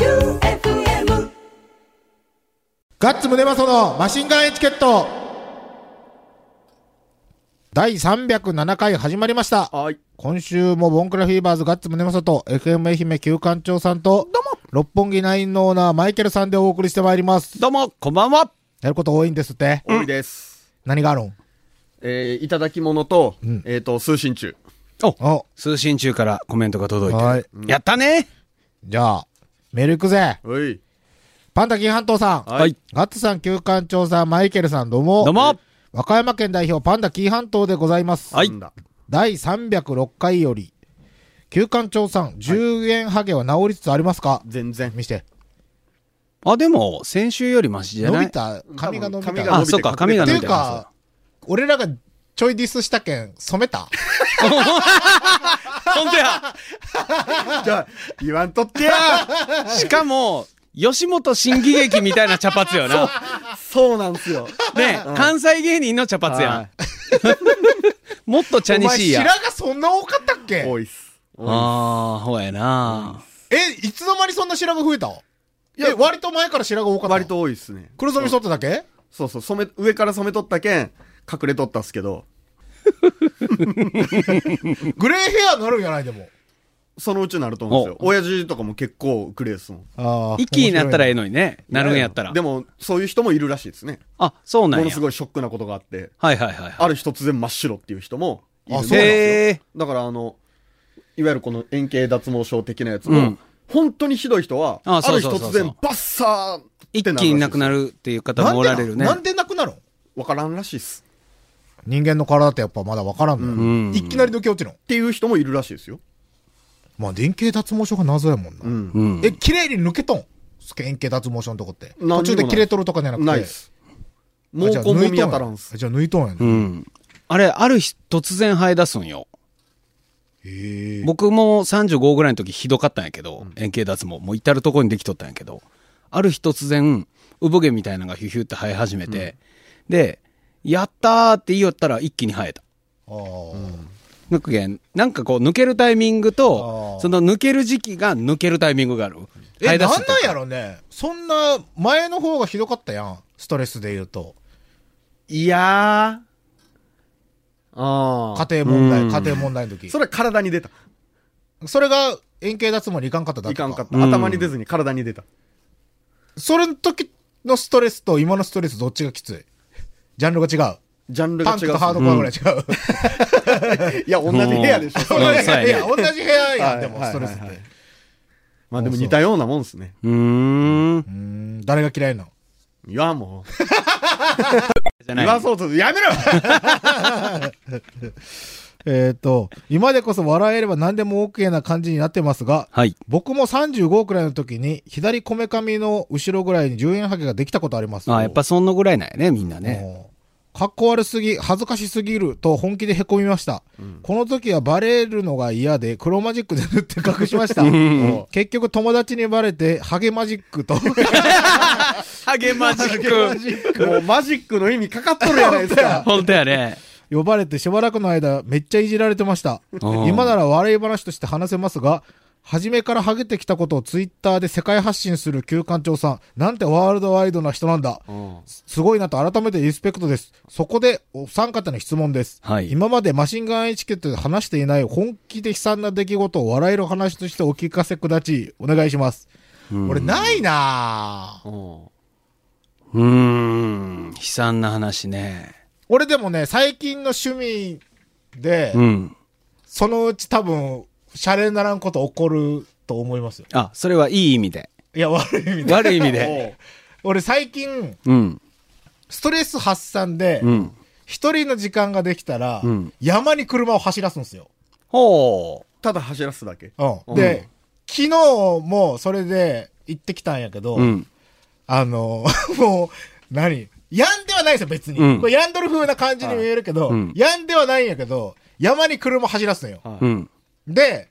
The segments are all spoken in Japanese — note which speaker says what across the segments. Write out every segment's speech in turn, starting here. Speaker 1: F-M
Speaker 2: ガッツムネマソのマシンガンエチケット第307回始まりました。
Speaker 3: はい。
Speaker 2: 今週もボンクラフィーバーズガッツムネマソと FM 愛媛旧館長さんと、六本木ナインのオーナーマイケルさんでお送りしてまいります。
Speaker 3: どうも、こんばんは。
Speaker 2: やること多いんですって。
Speaker 3: 多いです。
Speaker 2: 何があるん
Speaker 3: えー、いただき物と、えっ、と、通信中。
Speaker 2: お、
Speaker 4: 通信中からコメントが届いてる。
Speaker 2: はい
Speaker 4: やったね
Speaker 2: じゃあ、メール行くぜ。
Speaker 3: おい。
Speaker 2: パンタキン半島さん。
Speaker 3: はい
Speaker 2: ガッツさん、旧館長さん、マイケルさん、どうも。
Speaker 4: どうも
Speaker 2: 和歌山県代表、パンダキー半島でございます。
Speaker 4: はい
Speaker 3: なんだ。
Speaker 2: 第306回より、旧館長さん、10円ハゲは治りつつありますか
Speaker 3: 全然。
Speaker 2: 見して。
Speaker 4: あ、でも、先週よりマシじゃ
Speaker 2: 伸
Speaker 4: ない
Speaker 2: びた、髪が伸び
Speaker 3: 多分髪
Speaker 2: た。
Speaker 3: が
Speaker 2: あ
Speaker 4: あ、そうか、髪が
Speaker 2: って
Speaker 4: 伸
Speaker 2: い
Speaker 4: び
Speaker 2: う
Speaker 4: た。
Speaker 2: か、俺らがちょいディスしたけん、染めた
Speaker 4: そうほんとや
Speaker 3: じゃあ、言わんと ってや
Speaker 4: しかも、吉本新喜劇みたいな茶髪よな。
Speaker 3: そうなんすよ。
Speaker 4: ね、関西芸人の茶髪やん。 もっと茶
Speaker 2: お
Speaker 4: に
Speaker 2: 前、
Speaker 4: しいや
Speaker 2: 白
Speaker 4: ん。
Speaker 2: がそんな多かったっけ
Speaker 3: 多いっす。多
Speaker 4: ああ、ほうやな。
Speaker 2: え、いつの間にそんな白が増えた
Speaker 3: いや
Speaker 2: え、割と前から白が多
Speaker 3: い
Speaker 2: かった
Speaker 3: 割。と多いっすね。
Speaker 2: 黒染み剃っただけ
Speaker 3: そうそう、染め、上から染めとったけん、隠れとったっすけど、
Speaker 2: グレーヘアになるんじゃないでも。
Speaker 3: そのうちなると思うんですよ。親父とかも結構グレーっすもん。
Speaker 2: あ
Speaker 4: 一気になったらええ
Speaker 2: の。
Speaker 4: のにね。なるんやったら
Speaker 3: で。も、そういう人もいるらしいですね。
Speaker 4: あ、そうな
Speaker 3: も
Speaker 4: ん
Speaker 3: の
Speaker 4: や
Speaker 3: す。ごいショックなことがあって、
Speaker 4: はいはいはいは
Speaker 3: ある日突然真っ白っていう人もいる
Speaker 2: あ
Speaker 3: ん
Speaker 2: そう
Speaker 4: い。
Speaker 2: なん
Speaker 3: で
Speaker 4: へえ。
Speaker 3: だからあの、いわゆるこの円形脱毛症的なやつ
Speaker 4: う
Speaker 3: も
Speaker 4: ん、
Speaker 3: 本当にひどい人は、
Speaker 4: あ
Speaker 3: あ
Speaker 4: そ
Speaker 3: る
Speaker 4: う
Speaker 3: 日
Speaker 4: そうそうそう
Speaker 3: 突然バッサーって
Speaker 4: 一気になくな
Speaker 3: るらしいっ
Speaker 4: るっていう方
Speaker 2: な
Speaker 4: も
Speaker 2: ん
Speaker 4: お
Speaker 2: で
Speaker 4: ら
Speaker 2: な
Speaker 4: れるね
Speaker 2: な。んでなくなるん
Speaker 3: す。わからんらしいっす。
Speaker 2: 人間の体ってやっぱまだわからんのよ、
Speaker 4: うん
Speaker 2: いきなり抜け落ちるの。
Speaker 3: っていう人もいるらしいですよ。
Speaker 2: まあ、連携脱毛症が謎やもんな。
Speaker 3: ん
Speaker 4: うん。
Speaker 2: え、綺麗に抜けとん円形脱毛症のとこって。
Speaker 3: 何にもな
Speaker 2: 途
Speaker 3: い
Speaker 2: 中で切れとるとかじゃなくて。
Speaker 3: ないっす。毛
Speaker 2: あじゃあ
Speaker 3: 根も見当
Speaker 2: 抜い
Speaker 3: た
Speaker 2: と
Speaker 3: ら
Speaker 2: んや
Speaker 3: んっす。
Speaker 2: じゃあ抜いとんやね。
Speaker 4: うん。あれ、ある日突然生え出すんよ。
Speaker 2: へえ。
Speaker 4: 僕も35ぐらいの時ひどかったんやけど、円形脱毛、もう至るとこにできとったんやけど、ある日突然、産毛みたいなのがヒュヒュって生え始めて、で、やったーって言いよったら一気に生えた。
Speaker 2: あー
Speaker 4: なんかねなんかこう抜けるタイミング
Speaker 2: あ
Speaker 4: と
Speaker 2: ー、
Speaker 4: その抜ける時期が抜けるタイミングがある。生
Speaker 2: え、
Speaker 4: え出
Speaker 2: な
Speaker 4: す
Speaker 2: ん
Speaker 4: と
Speaker 2: なんやろね。そんな、前の方がひどかったやん。ストレスで言うと。
Speaker 3: いやー。あー。
Speaker 2: 家庭問題、家庭問題の時。
Speaker 3: それは体に出た。
Speaker 2: それが円形脱毛にいかんかっただ
Speaker 3: い
Speaker 2: けか。
Speaker 3: かんかっ
Speaker 4: う
Speaker 3: た。
Speaker 4: ん
Speaker 3: 頭に出ずに体に出た。
Speaker 2: それの時のストレスと今のストレスどっちがきついジャンルが違う。
Speaker 3: ジャンルが
Speaker 2: パ
Speaker 3: 違
Speaker 2: ンク
Speaker 3: うっす
Speaker 2: とハードコアぐらい違う。
Speaker 3: ね。いや、同じ部屋でしょ。そ
Speaker 4: うん
Speaker 3: れ
Speaker 4: そうやね
Speaker 2: いや、同じ部屋やん、でも、
Speaker 3: はい
Speaker 2: ストレスって
Speaker 3: はいはいはい。まあでも似たようなもんっすね。
Speaker 4: うーん
Speaker 2: う。ーん、誰が嫌いなの
Speaker 3: いや、もう。
Speaker 4: じゃない
Speaker 3: 言わそうと、やめろ
Speaker 2: えっと、今でこそ笑えれば何でも OK な感じになってますが、
Speaker 4: はい。
Speaker 2: 僕も35くらいの時に、左こめかみの後ろぐらいに10円ハゲができたことあります。
Speaker 4: あーやっぱそんなぐらいなんやね、みんなね。
Speaker 2: もうかっこ悪すぎ、恥ずかしすぎると本気で凹みました。この時はバレるのが嫌で、黒マジックで塗って隠しました。結局友達にバレて、ハゲマジックと。
Speaker 4: ハゲマジック。
Speaker 3: もうマジックの意味かかっとるやないです か。
Speaker 4: ほんとやね。
Speaker 2: 呼ばれてしばらくの間めっちゃいじられてました。
Speaker 4: ー
Speaker 2: 今なら笑い話として話せますが、初めからハゲてきたことをツイッターで世界発信する旧館長さん、なんてワールドワイドな人なんだ。すすごいなと改めてリスペクトです。そこでお三方に質問です。
Speaker 4: はい
Speaker 2: 今までマシンガンエチケットで話していない本気で悲惨な出来事を笑える話としてお聞かせくだち、お願いします。俺ないなぁ
Speaker 4: うーん。悲惨な話ね。
Speaker 2: 俺でもね、最近の趣味で、
Speaker 4: うん。
Speaker 2: そのうち多分、シャレにならんこと起こると思いますよ。
Speaker 4: あ、それはいい意味で。
Speaker 2: いや、悪い意味で。
Speaker 4: 悪い意 味で。
Speaker 2: 俺最近、
Speaker 4: うん。
Speaker 2: ストレス発散で
Speaker 4: う、ん。
Speaker 2: 一、人の時間ができたら、
Speaker 4: うん
Speaker 2: 山に車を走らすんですよ。
Speaker 4: ほ
Speaker 3: ただ走らすだけ。
Speaker 2: うん。
Speaker 3: ん
Speaker 2: で、昨日もそれで行ってきたんやけど、
Speaker 4: う。うん。
Speaker 2: あの、 もう、何やんではないですよ、別に。
Speaker 4: うん
Speaker 2: これヤンドル風な感じに見えるけど、
Speaker 4: はいうん
Speaker 2: やんではないんやけど、山に車走らすのよ。
Speaker 3: はい
Speaker 4: うん。
Speaker 2: で、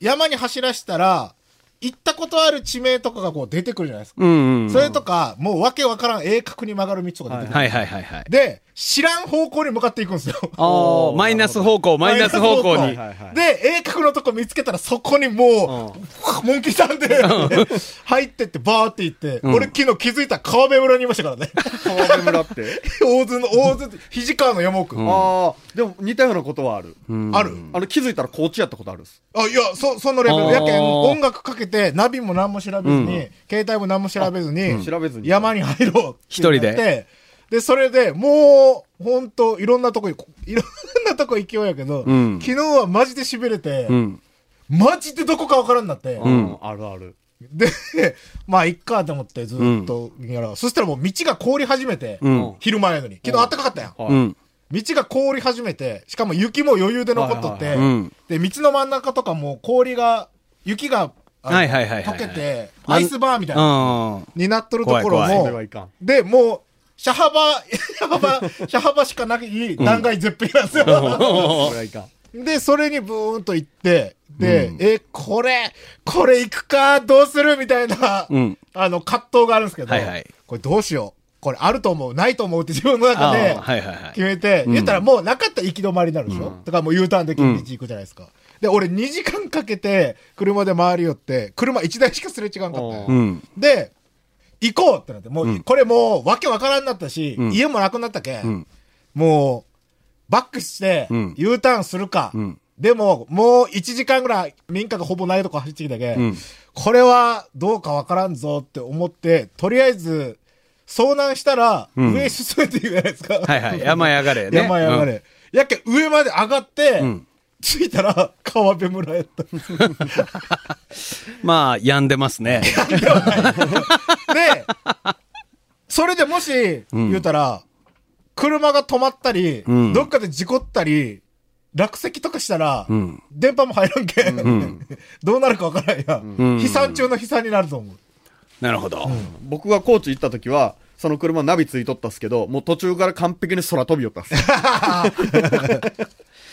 Speaker 2: 山に走らしたら、行ったことある地名とかがこう出てくるじゃないですか。
Speaker 4: うんうん。
Speaker 2: それとか、もうわけわからん鋭角に曲がる道とか出てくる。
Speaker 4: はいはいはいはい。
Speaker 2: で、知らん方向に向かっていくんですよ。
Speaker 4: ああ、マイナス方向、マイナス方向
Speaker 2: マイナス
Speaker 4: に。
Speaker 3: はいはい
Speaker 2: で、鋭角のとこ見つけたらそこにもう、モンキーさんで、 入ってってバーって行って、
Speaker 4: ん
Speaker 2: 俺昨日気づいたら川辺村にいましたから ね。
Speaker 3: 川辺村って。
Speaker 2: 大津の、大津って、肘川の山奥。
Speaker 4: うん
Speaker 3: ああ、でも似たようなことはある。
Speaker 4: うん
Speaker 2: ある
Speaker 3: あの、気づいたら高知やったことあるっす。
Speaker 2: あ、いや、そ、そのレベ
Speaker 4: あ
Speaker 2: ル。
Speaker 4: ー
Speaker 2: やけん、音楽かけて、ナビも何も調べずに、
Speaker 4: うん
Speaker 2: 携帯も何も調べずに、
Speaker 3: ん調べずに
Speaker 2: 山に入ろうって
Speaker 4: 一人で
Speaker 2: なって。で、それで、もう、ほんと、いろんなとこ、いろんなとこ行きようやけど、
Speaker 4: うん
Speaker 2: 昨日はマジで痺れて、
Speaker 4: うん。
Speaker 2: マジでどこかわからんなって。
Speaker 4: ん
Speaker 3: うあるある。
Speaker 2: で、 まあ、いっかと思って、ずっとやら、うそしたらもう道が凍り始めて、
Speaker 4: うん。
Speaker 2: 昼前やのに。昨日暖かかったやん。
Speaker 3: は
Speaker 4: う
Speaker 3: い
Speaker 4: ん。
Speaker 2: 道が凍り始めて、しかも雪も余裕で残っとっ
Speaker 3: は
Speaker 2: て
Speaker 3: い
Speaker 4: は、い
Speaker 2: で、道の真ん中とかも氷が、雪が、あの
Speaker 4: はいはいはいはいは
Speaker 2: 溶け
Speaker 4: い
Speaker 2: て、アイスバーみたいな、
Speaker 4: あ
Speaker 2: になっとるところ
Speaker 4: 怖い
Speaker 3: それは
Speaker 2: も
Speaker 3: い、かん。
Speaker 2: で、もう、車 幅、車幅、車幅しかない断崖絶壁なんですよ。
Speaker 3: それはいかん。
Speaker 2: で、それにブーンと行って、で、え、これ、これ行くか、どうするみたいな、
Speaker 4: うん
Speaker 2: あの、葛藤があるんですけど、
Speaker 4: はいはい
Speaker 2: これどうしよう。これあると思う、ないと思うって自分の中で、
Speaker 4: あーはいはいはい
Speaker 2: 決めて、
Speaker 4: うん
Speaker 2: 言ったらもうなかったら行き止まりになるでしょ、だからもう U ターンできる道行くじゃないですか。で、俺2時間かけて、車で回り寄って、車1台しかすれ違わんかったよ
Speaker 4: う。ん。
Speaker 2: で、行こうってなって、もう、
Speaker 4: うん
Speaker 2: これもう、わけわからんなったし、
Speaker 4: うん
Speaker 2: 家もなくなったけ、
Speaker 4: うん
Speaker 2: ん、もう、バックして
Speaker 4: うん
Speaker 2: U ターンするか、
Speaker 4: うん
Speaker 2: でも、もう1時間ぐらい民家がほぼないとこ走ってきたけ、
Speaker 4: うん
Speaker 2: これはどうかわからんぞって思って、とりあえず、遭難したら、
Speaker 4: うん
Speaker 2: 上へ進めていくじゃないですか。
Speaker 4: はいはい。山へ上がれね。
Speaker 2: 山へ上がれ。やっけ、上まで上がって、
Speaker 4: うん
Speaker 2: 着いたら、川辺村や った。
Speaker 4: うん。まあ、病んでますね。
Speaker 2: で、それでもし、
Speaker 4: ん
Speaker 2: 言うたら、車が止まったり、
Speaker 4: うん
Speaker 2: どっかで事故ったり、落石とかしたら、
Speaker 4: うん
Speaker 2: 電波も入らんけん、
Speaker 4: ん
Speaker 2: どうなるかわからんや、
Speaker 4: ん
Speaker 2: 悲惨中の悲惨になると思う。
Speaker 4: なるほど。
Speaker 3: 僕が高知行った時は、その車ナビついとったっすけど、もう途中から完璧に空飛びよったっす。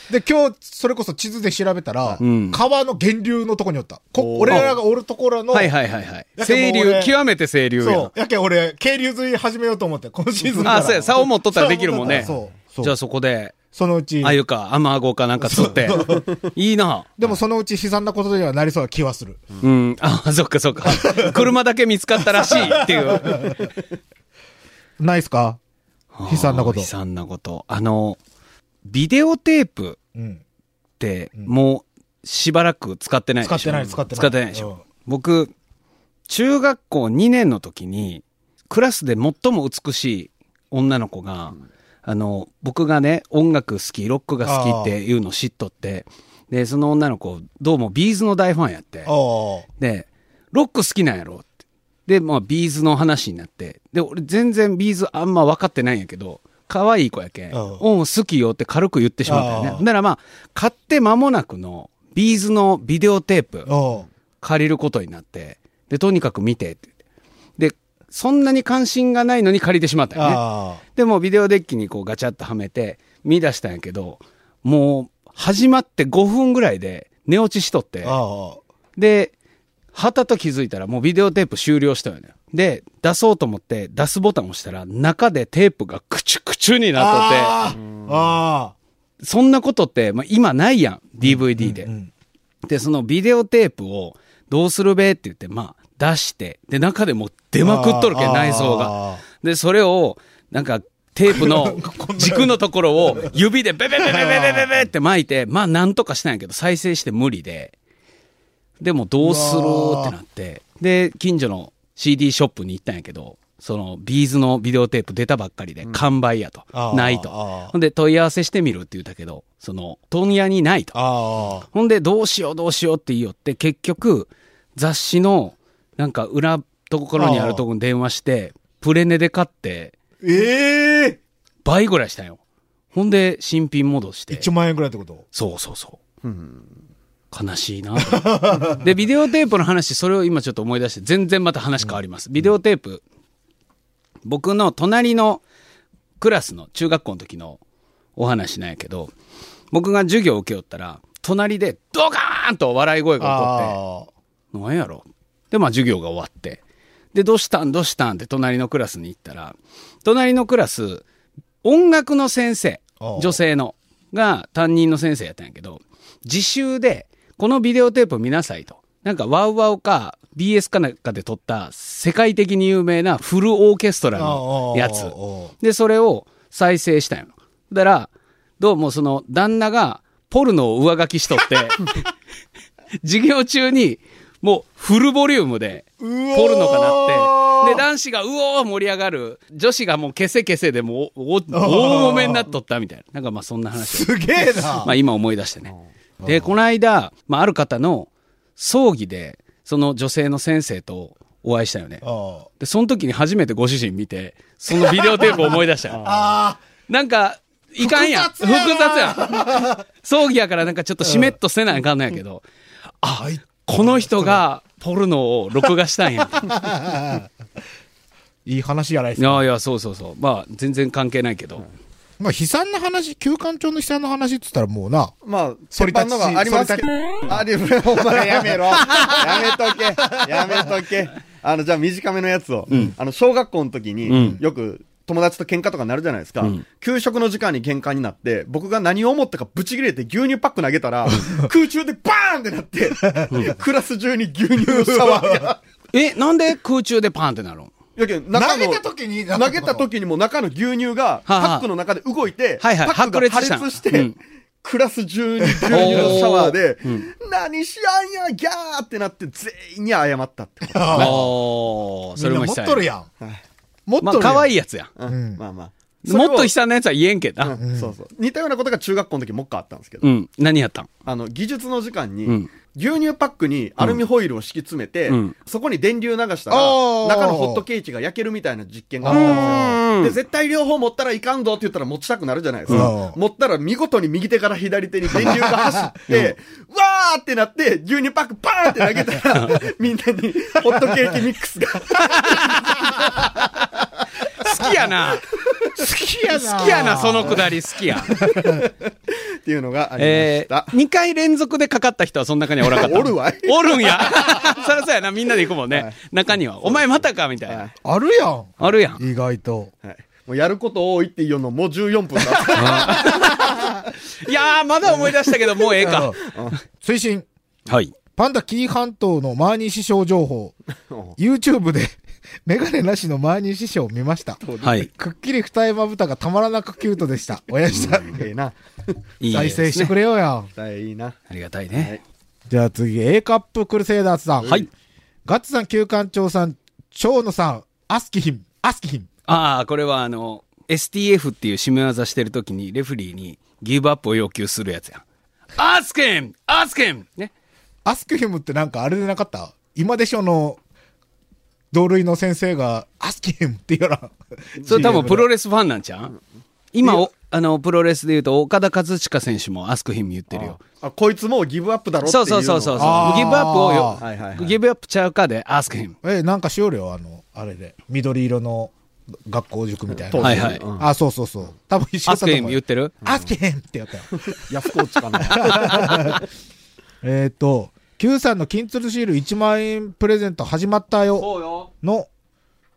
Speaker 2: で、今日、それこそ地図で調べたら、
Speaker 4: うん
Speaker 2: 川の源流のとこにおった。こ
Speaker 3: おー
Speaker 2: 俺らがおるところの、
Speaker 4: はいはいはいはい。
Speaker 2: やけどもう
Speaker 4: 清流
Speaker 2: 俺、
Speaker 4: 極めて清流や
Speaker 2: そ。う。やけん俺、渓流釣り始めようと思って、今シーズンから。
Speaker 4: あ、そうや、竿持っとったらできるもんね。
Speaker 2: 竿持っとったらそう。
Speaker 4: じ
Speaker 2: じ
Speaker 4: ゃ
Speaker 2: ゃ
Speaker 4: あそこで、
Speaker 2: そのうち。
Speaker 4: あゆか、アマアゴかなんか釣って。いいな。
Speaker 2: でもそのうち悲惨なことにはなりそうな気はする。
Speaker 4: うん。あ、そっかそっか。車だけ見つかったらしいっていう。
Speaker 2: ないっすか 悲惨なこと
Speaker 4: 悲惨なこと。あの、ビデオテープ
Speaker 2: うん。
Speaker 4: って、もう、しばらく使ってない
Speaker 2: 使
Speaker 4: でし
Speaker 2: って
Speaker 4: ょ。
Speaker 2: ない、使ってない。
Speaker 4: 使ってないでしょ。僕、中学校2年の時に、クラスで最も美しい女の子が、あの、僕がね、音楽好き、ロックが好きっていうのを知っとって、で、その女の子、どうもビーズの大ファンやって
Speaker 2: うん。、お
Speaker 4: で、ロック好きなんやろって。で、まあ、ビーズの話になって、で、俺全然ビーズあんま分かってないんやけど、可愛い子やけん、
Speaker 2: うん
Speaker 4: うん、好きよって軽く言ってしまったよ
Speaker 2: あ
Speaker 4: ね。
Speaker 2: ー
Speaker 4: ならまあ、買って間もなくの、ビーズのビデオテープ。
Speaker 2: ーおー
Speaker 4: 借りることになって、で、とにかく見てって言って。で、そんなに関心がないのに借りてしまったよね。
Speaker 2: あ
Speaker 4: でも、ビデオデッキにこうガチャッとはめて、見出したんやけど、もう、始まって5分ぐらいで寝落ちしとって
Speaker 2: ー。、あ
Speaker 4: で、はたと気づいたらもうビデオテープ終了したよね。で、出そうと思って出すボタンを押したら、中でテープがクチュクチュに
Speaker 2: あ。
Speaker 4: なっとって、
Speaker 2: あーあ
Speaker 4: そんなことって、まあ、今ないやん、DVD で。
Speaker 2: ん
Speaker 4: で、そのビデオテープをどうするべって言って、まあ、出して、で、中でもう出まくっとるけ
Speaker 2: あ
Speaker 4: ん、
Speaker 2: ー
Speaker 4: 内装が。で、それを、なんか、テープの軸のところを指でベベベベベベベベって巻いて、まあ、なんとかしたんやけど、再生して無理で。でも、どうするってなって。で、近所の CD ショップに行ったんやけど、その、ビーズのビデオテープ出たばっかりで、完売やと。
Speaker 2: あー
Speaker 4: ないと。
Speaker 2: あー
Speaker 4: ほんで、問い合わせしてみるって言ったけど、その、問屋にないと。
Speaker 2: あ。あ
Speaker 4: ほんで、どうしようどうしようって言いよって、結局、雑誌の、なんか裏ところにあるとこに電話して、プレネで買って、
Speaker 2: ーええ
Speaker 4: 倍ぐらいしたんよ。ほんで、新品戻して。
Speaker 2: !1 万円ぐらいってこと
Speaker 4: そうそうそう。悲しいな と。で、ビデオテープの話、それを今ちょっと思い出して、全然また話変わります。ビデオテープ、僕の隣のクラスの中学校の時のお話なんやけど、僕が授業を受け負ったら、隣でドカーンと笑い声が起こって、
Speaker 2: あ
Speaker 4: なんやろで、まあ授業が終わって。で、どうしたんどうしたんって隣のクラスに行ったら、隣のクラス、音楽の先生
Speaker 2: ああ、
Speaker 4: 女性の、が担任の先生やったんやけど、自習で、このビデオテープ見なさいと。なんか、ワウワウか、BS かなんかで撮った、世界的に有名なフルオーケストラのやつ
Speaker 2: あああ。あああ
Speaker 4: で、それを再生したんよ。だから、どうもその旦那がポルノを上書きし とって、授業中にもうフルボリュームでポルノがなって、で、男子がうおー盛り上がる、女子がもう消せ消せでもうおお大揉めになっとったみたいな。なんかまあそんな話を。
Speaker 2: すげえな。
Speaker 4: まあ今思い出してね。で、この間、まあある方の葬儀で、その女性の先生とお会いしたよね。
Speaker 2: あ
Speaker 4: で、その時に初めてご主人見て、そのビデオテープを思い出したよ。
Speaker 2: あ
Speaker 4: なんか、いかんやん。複
Speaker 2: 複雑
Speaker 4: 雑
Speaker 2: や
Speaker 4: やん。葬儀やからなんかちょっとしめっとせないかんのやけど、あ、この人がポルノを録画したんや。
Speaker 2: いい話やないです
Speaker 4: い
Speaker 2: か。
Speaker 4: やいや、そうそうそう。まあ、全然関係ないけど。
Speaker 2: まあ、悲惨な話、休館長の悲惨な話って言ったらもうな、
Speaker 3: まあ、鉄板のがありますけど。あり、お前やめろ。やめとけ。やめとけ。あの、じゃあ短めのやつを。あの、小学校の時に、
Speaker 4: うん
Speaker 3: よく友達と喧嘩とかなるじゃないですか。
Speaker 4: うん
Speaker 3: 給食の時間に喧嘩になって、僕が何を思ったかブチ切れて牛乳パック投げたら、空中でバーンってなって、クラス中に牛乳のシャワーが。
Speaker 4: え、なんで空中でパーンってなるん
Speaker 3: いやけど
Speaker 2: 投
Speaker 3: 中の
Speaker 2: げた時に、
Speaker 3: 投げた時にもう中の牛乳が、
Speaker 4: はあはあ
Speaker 3: パックの中で動いて、
Speaker 4: はいはい
Speaker 3: パックが破
Speaker 4: 白
Speaker 3: 裂
Speaker 4: 熱
Speaker 3: し
Speaker 4: したう
Speaker 3: て
Speaker 4: ん、
Speaker 3: クラス中に牛乳のシャワーで、何しやんや、ギャーってなって全員に謝ったってこと。
Speaker 4: ああ
Speaker 2: ああ、
Speaker 4: ー、そ
Speaker 2: それ
Speaker 4: れ
Speaker 2: も
Speaker 4: も
Speaker 2: 持っ
Speaker 4: した
Speaker 2: とる
Speaker 4: い。
Speaker 2: やん。持っ
Speaker 4: ま
Speaker 2: とる
Speaker 4: あ、
Speaker 2: やん。
Speaker 4: 可愛い
Speaker 2: い。
Speaker 4: やつや。
Speaker 3: うんまあまあ。
Speaker 4: もっと悲
Speaker 3: 久
Speaker 4: 惨なやつは言えんけどな。
Speaker 3: そうそう。似たようなことが中学校の時もっかあったんですけど
Speaker 4: う、ん。何やったん
Speaker 3: あの、技術の時間
Speaker 4: う
Speaker 3: に
Speaker 4: ん、
Speaker 3: 牛乳パックにアルミホイルを敷き詰めて
Speaker 4: うん、
Speaker 3: そこに電流流した
Speaker 2: あ
Speaker 3: ら、
Speaker 2: ー
Speaker 3: 中のホットケーキが焼けるみたいな実験があったんですよ。で、絶対両方持ったらいかんぞって言ったら持ちたくなるじゃないですか。
Speaker 2: うん
Speaker 3: 持ったら見事に右手から左手に電流が走って、わーってなって、牛乳パックバーンって投げた ら、みんなにホットケーキミックスが、
Speaker 4: 好きやな。
Speaker 2: 好きやな。
Speaker 4: 好きやな、そのくだり好きや。
Speaker 3: っていうのがありま
Speaker 4: え
Speaker 3: した。
Speaker 4: ー、2回連続でかかった人はその中にはおらんかった。
Speaker 3: おるわい
Speaker 4: おるんや。 そりゃそうやな、みんなで行くもんね。中には。お前またかみたい
Speaker 3: は。
Speaker 4: ない
Speaker 2: あるやん。
Speaker 4: あるやん。
Speaker 2: 意外と。
Speaker 3: はいもうやること多いっていうのもう14分だった。
Speaker 4: いやー、まだ思い出したけど、もうええか。
Speaker 2: 推進。
Speaker 4: はい。
Speaker 2: パンダ紀伊半島のマーニー師匠情報。YouTube で、 メガネなしのマーニー師匠を見ました。
Speaker 4: はい。
Speaker 2: くっきり二重まぶたがたまらなくキュートでした。親父さん。
Speaker 3: ええな。
Speaker 4: いい
Speaker 2: 再生してく
Speaker 4: れ。
Speaker 2: れようやん。
Speaker 3: いいな。
Speaker 4: ありがたいね。
Speaker 2: じゃあ次、A カップクルセイダーズさん。
Speaker 4: はい。
Speaker 2: ガッツさん、旧館長さん、蝶野さん、アスキヒン、アスキヒン。
Speaker 4: ああ、これはあの、STF っていう締め技してるときに、レフェリーにギブアップを要求するやつや。アスケンアスケンね。
Speaker 2: アスキヒムってなんかあれでなかった今でしょの、同類の先生が、アスキヒムって言うな。
Speaker 4: それ多分プロ
Speaker 2: レ
Speaker 4: レスファンなんちゃう今お、あの、プロレスで言うと、岡田和親選手もアスクヒム言ってるよ。
Speaker 3: あ、こいつもうギブアップだろってい
Speaker 4: そううそうそうそう
Speaker 3: う。
Speaker 2: あ
Speaker 4: そう。
Speaker 2: ー
Speaker 4: ギブアップをよ、
Speaker 3: はいはいはい
Speaker 4: ギブアップちゃうかで、ask him。
Speaker 2: え、なんかしよるよ、あの、あれで。緑色の学校塾みたいな。
Speaker 3: 当時
Speaker 4: はいはい
Speaker 3: うん
Speaker 2: あ、そうそうそう。多分一緒だったと
Speaker 4: ask
Speaker 2: 思う
Speaker 4: him 言ってる
Speaker 2: アスキヒムってやったよ。
Speaker 3: 安コーチかな。
Speaker 2: えっと、Q さんの金鶴シール1万円プレゼント始まったよ
Speaker 4: うよ。
Speaker 2: の、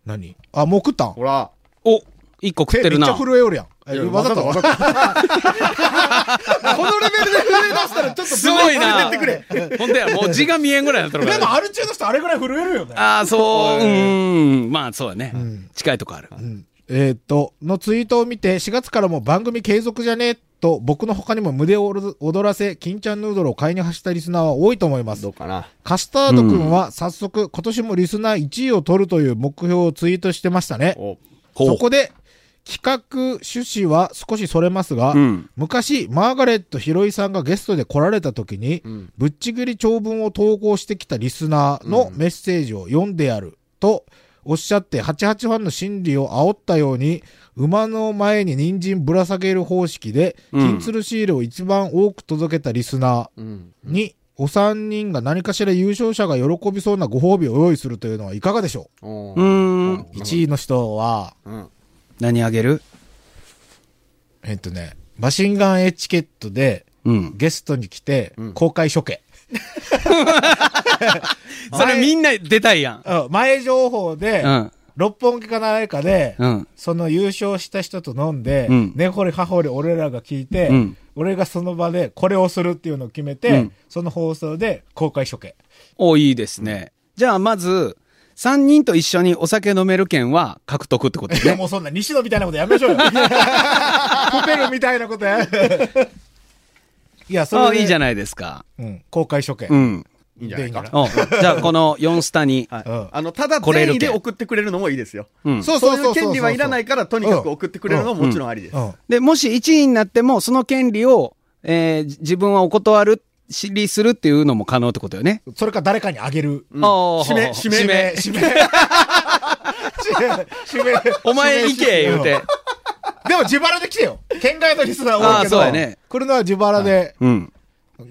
Speaker 2: 何あ、もう食ったん
Speaker 3: ほら。
Speaker 4: お、一個食ってるな
Speaker 2: 手めっちゃ。震えよるやん。
Speaker 3: い
Speaker 2: え
Speaker 3: や
Speaker 2: わざと
Speaker 3: わざとこのレベルで震え出したらちょっと
Speaker 4: すごいな。
Speaker 3: 連れてってくれ。
Speaker 4: ほんとや、もう字が見えんぐらいだったの
Speaker 2: でも、
Speaker 4: か
Speaker 2: アル中の人あれぐらい震えるよね。
Speaker 4: ああ、そう、うーん。まあ、そうだね、近いとこある。
Speaker 2: えーっと、のツイートを見て、4月からも番組継続じゃねと、僕の他にも胸を踊らせ、金ちゃんヌードルを買いに走ったリスナーは多いと思います
Speaker 3: ど。うかな。
Speaker 2: カスタードくんは早速、今年もリスナー1位を取るという目標をツイートしてましたね。
Speaker 3: お
Speaker 4: ほう
Speaker 2: そこで、企画趣旨は少しそれますが、
Speaker 4: うん
Speaker 2: 昔、マーガレットひろいさんがゲストで来られた時に、ぶっちぎり長文を投稿してきたリスナーのメッセージを読んでやるとおっしゃって、88ファンの心理を煽ったように、馬の前に人参ぶら下げる方式で、
Speaker 4: うん
Speaker 2: 金鶴シールを一番多く届けたリスナー、
Speaker 3: うん。
Speaker 2: に、お三人が何かしら優勝者が喜びそうなご褒美を用意するというのはいかがでしょ
Speaker 3: お
Speaker 4: うーん。
Speaker 2: う ?1 位の人は、
Speaker 3: うん。
Speaker 4: 何あげる
Speaker 2: えっとね、マシンガンエチケットで
Speaker 4: うん。
Speaker 2: ゲストに来て
Speaker 3: ん
Speaker 2: 公開処刑。
Speaker 4: それみんな出たいやん。
Speaker 2: うん前情報で、
Speaker 4: うん。
Speaker 2: 六本木か何かで、
Speaker 4: うん。
Speaker 2: その優勝した人と飲んで、
Speaker 4: うん
Speaker 2: 根掘り葉掘り俺らが聞いて、
Speaker 4: うん
Speaker 2: 俺がその場でこれをするっていうのを決めて、
Speaker 4: うん
Speaker 2: その放送で公開処刑。
Speaker 4: お、いいですね。じゃあ、まず、3人と一緒にお酒飲める券は獲得ってこと
Speaker 2: いや
Speaker 4: ね。
Speaker 2: もうそんな西野みたいなことやめましょ うよ。プペルみたいなことや。いや、それ
Speaker 4: あ
Speaker 2: で
Speaker 4: いいじゃ
Speaker 2: ない。
Speaker 4: ないですか。
Speaker 2: うん、公開処刑。
Speaker 4: うん。
Speaker 3: いいんじゃないですか
Speaker 2: でいいんじゃ。
Speaker 4: おじゃあ、この4スタに。
Speaker 3: はい
Speaker 2: うん
Speaker 3: あの、ただ
Speaker 4: これ
Speaker 3: 善
Speaker 4: る
Speaker 3: 意
Speaker 4: け
Speaker 3: で送ってくれるのもいいですよ。
Speaker 4: うん。
Speaker 2: そうそ
Speaker 3: そ
Speaker 2: うう
Speaker 3: い
Speaker 2: そううそうそう
Speaker 3: 権利はいらないから、とにかく送ってくれるのも
Speaker 4: うん
Speaker 3: もちろんありです。
Speaker 2: うん。
Speaker 4: で、もし1位になっても、その権利を、えーじ自分はお断る、知りするっていうのも可能ってことよね。
Speaker 2: それか誰かにあげる。
Speaker 4: あー
Speaker 3: 指名
Speaker 4: ほうほう
Speaker 3: 指名
Speaker 4: 指名。
Speaker 2: 指名。指名。
Speaker 4: お前行け言うて。。
Speaker 2: でも自腹で来てよ。県外のリスナー多いけど。
Speaker 4: あーそうやね
Speaker 2: 来るのは自腹で、
Speaker 4: うん。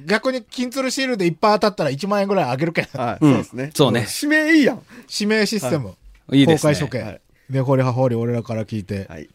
Speaker 2: 逆に金鶴シールでいっぱい当たったら1万円ぐらいあげるけん。
Speaker 3: はい、
Speaker 4: うん
Speaker 3: そうですね。
Speaker 4: そうね
Speaker 3: 指名いいやん。
Speaker 2: 指名システム。
Speaker 4: いいですね
Speaker 2: 公開処刑。
Speaker 3: はい
Speaker 2: で、これはほり俺らから聞いて。
Speaker 3: はい。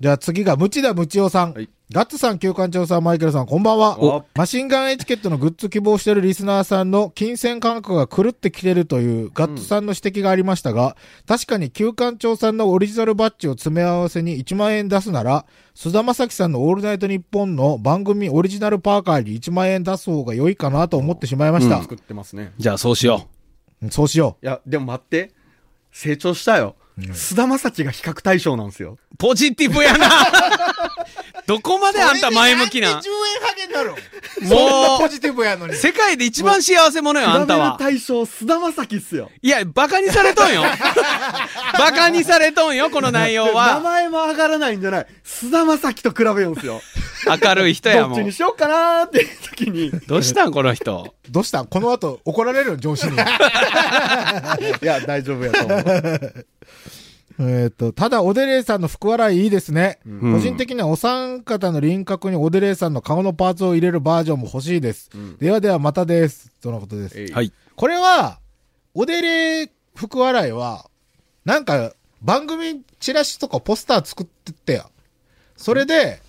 Speaker 2: じゃあ次が、ムチダムチオさん。
Speaker 3: はい
Speaker 2: ガッツさん、旧館長さん、マイケルさん、こんばんは
Speaker 3: お。
Speaker 2: マシンガンエチケットのグッズ希望してるリスナーさんの金銭感覚が狂ってきてるというガッツさんの指摘がありましたが、確かに旧館長さんのオリジナルバッジを詰め合わせに1万円出すなら、菅田将暉さんのオールナイトニッポンの番組オリジナルパーカーに1万円出す方が良いかなと思ってしまいました。
Speaker 3: 作ってますね。
Speaker 4: じゃあ、そうしよ
Speaker 2: うんそうしよ
Speaker 3: いや、でも待って。成長したよ。菅田将暉が比較対象なんですよ。
Speaker 4: う。ポジティブやなどこまであんた前向きな
Speaker 2: 10円ハゲになる
Speaker 4: もう、
Speaker 2: ジティブやのに
Speaker 4: 世界で一番幸せ者よ、あ
Speaker 3: 比
Speaker 4: ん
Speaker 3: べ
Speaker 4: た
Speaker 3: る
Speaker 4: は。
Speaker 3: 対象、菅田将暉っすよ。
Speaker 4: いや、バカにされとんよ。バカにされとんよ、この内容
Speaker 3: 名
Speaker 4: は。
Speaker 3: 前も上がらないんじゃない。菅田将暉と比べよんすよ。
Speaker 4: 明るい人や
Speaker 3: どっ
Speaker 4: も
Speaker 3: ち
Speaker 4: ん
Speaker 3: に。しようかなーっていう 時に。
Speaker 4: どうしたん、この人。
Speaker 2: どうしたこの後怒られる上司に。
Speaker 3: いや、大丈夫やと思う。
Speaker 2: えっと、ただ、オデレイさんの福笑いいいですね。
Speaker 4: ん
Speaker 2: 個人的にはお三方の輪郭にオデレイさんの顔のパーツを入れるバージョンも欲しいです。ではではまたです。とのことです。
Speaker 4: はい。
Speaker 2: これは、オデレイ福笑いは、なんか、番組チラシとかポスター作ってってや。それで、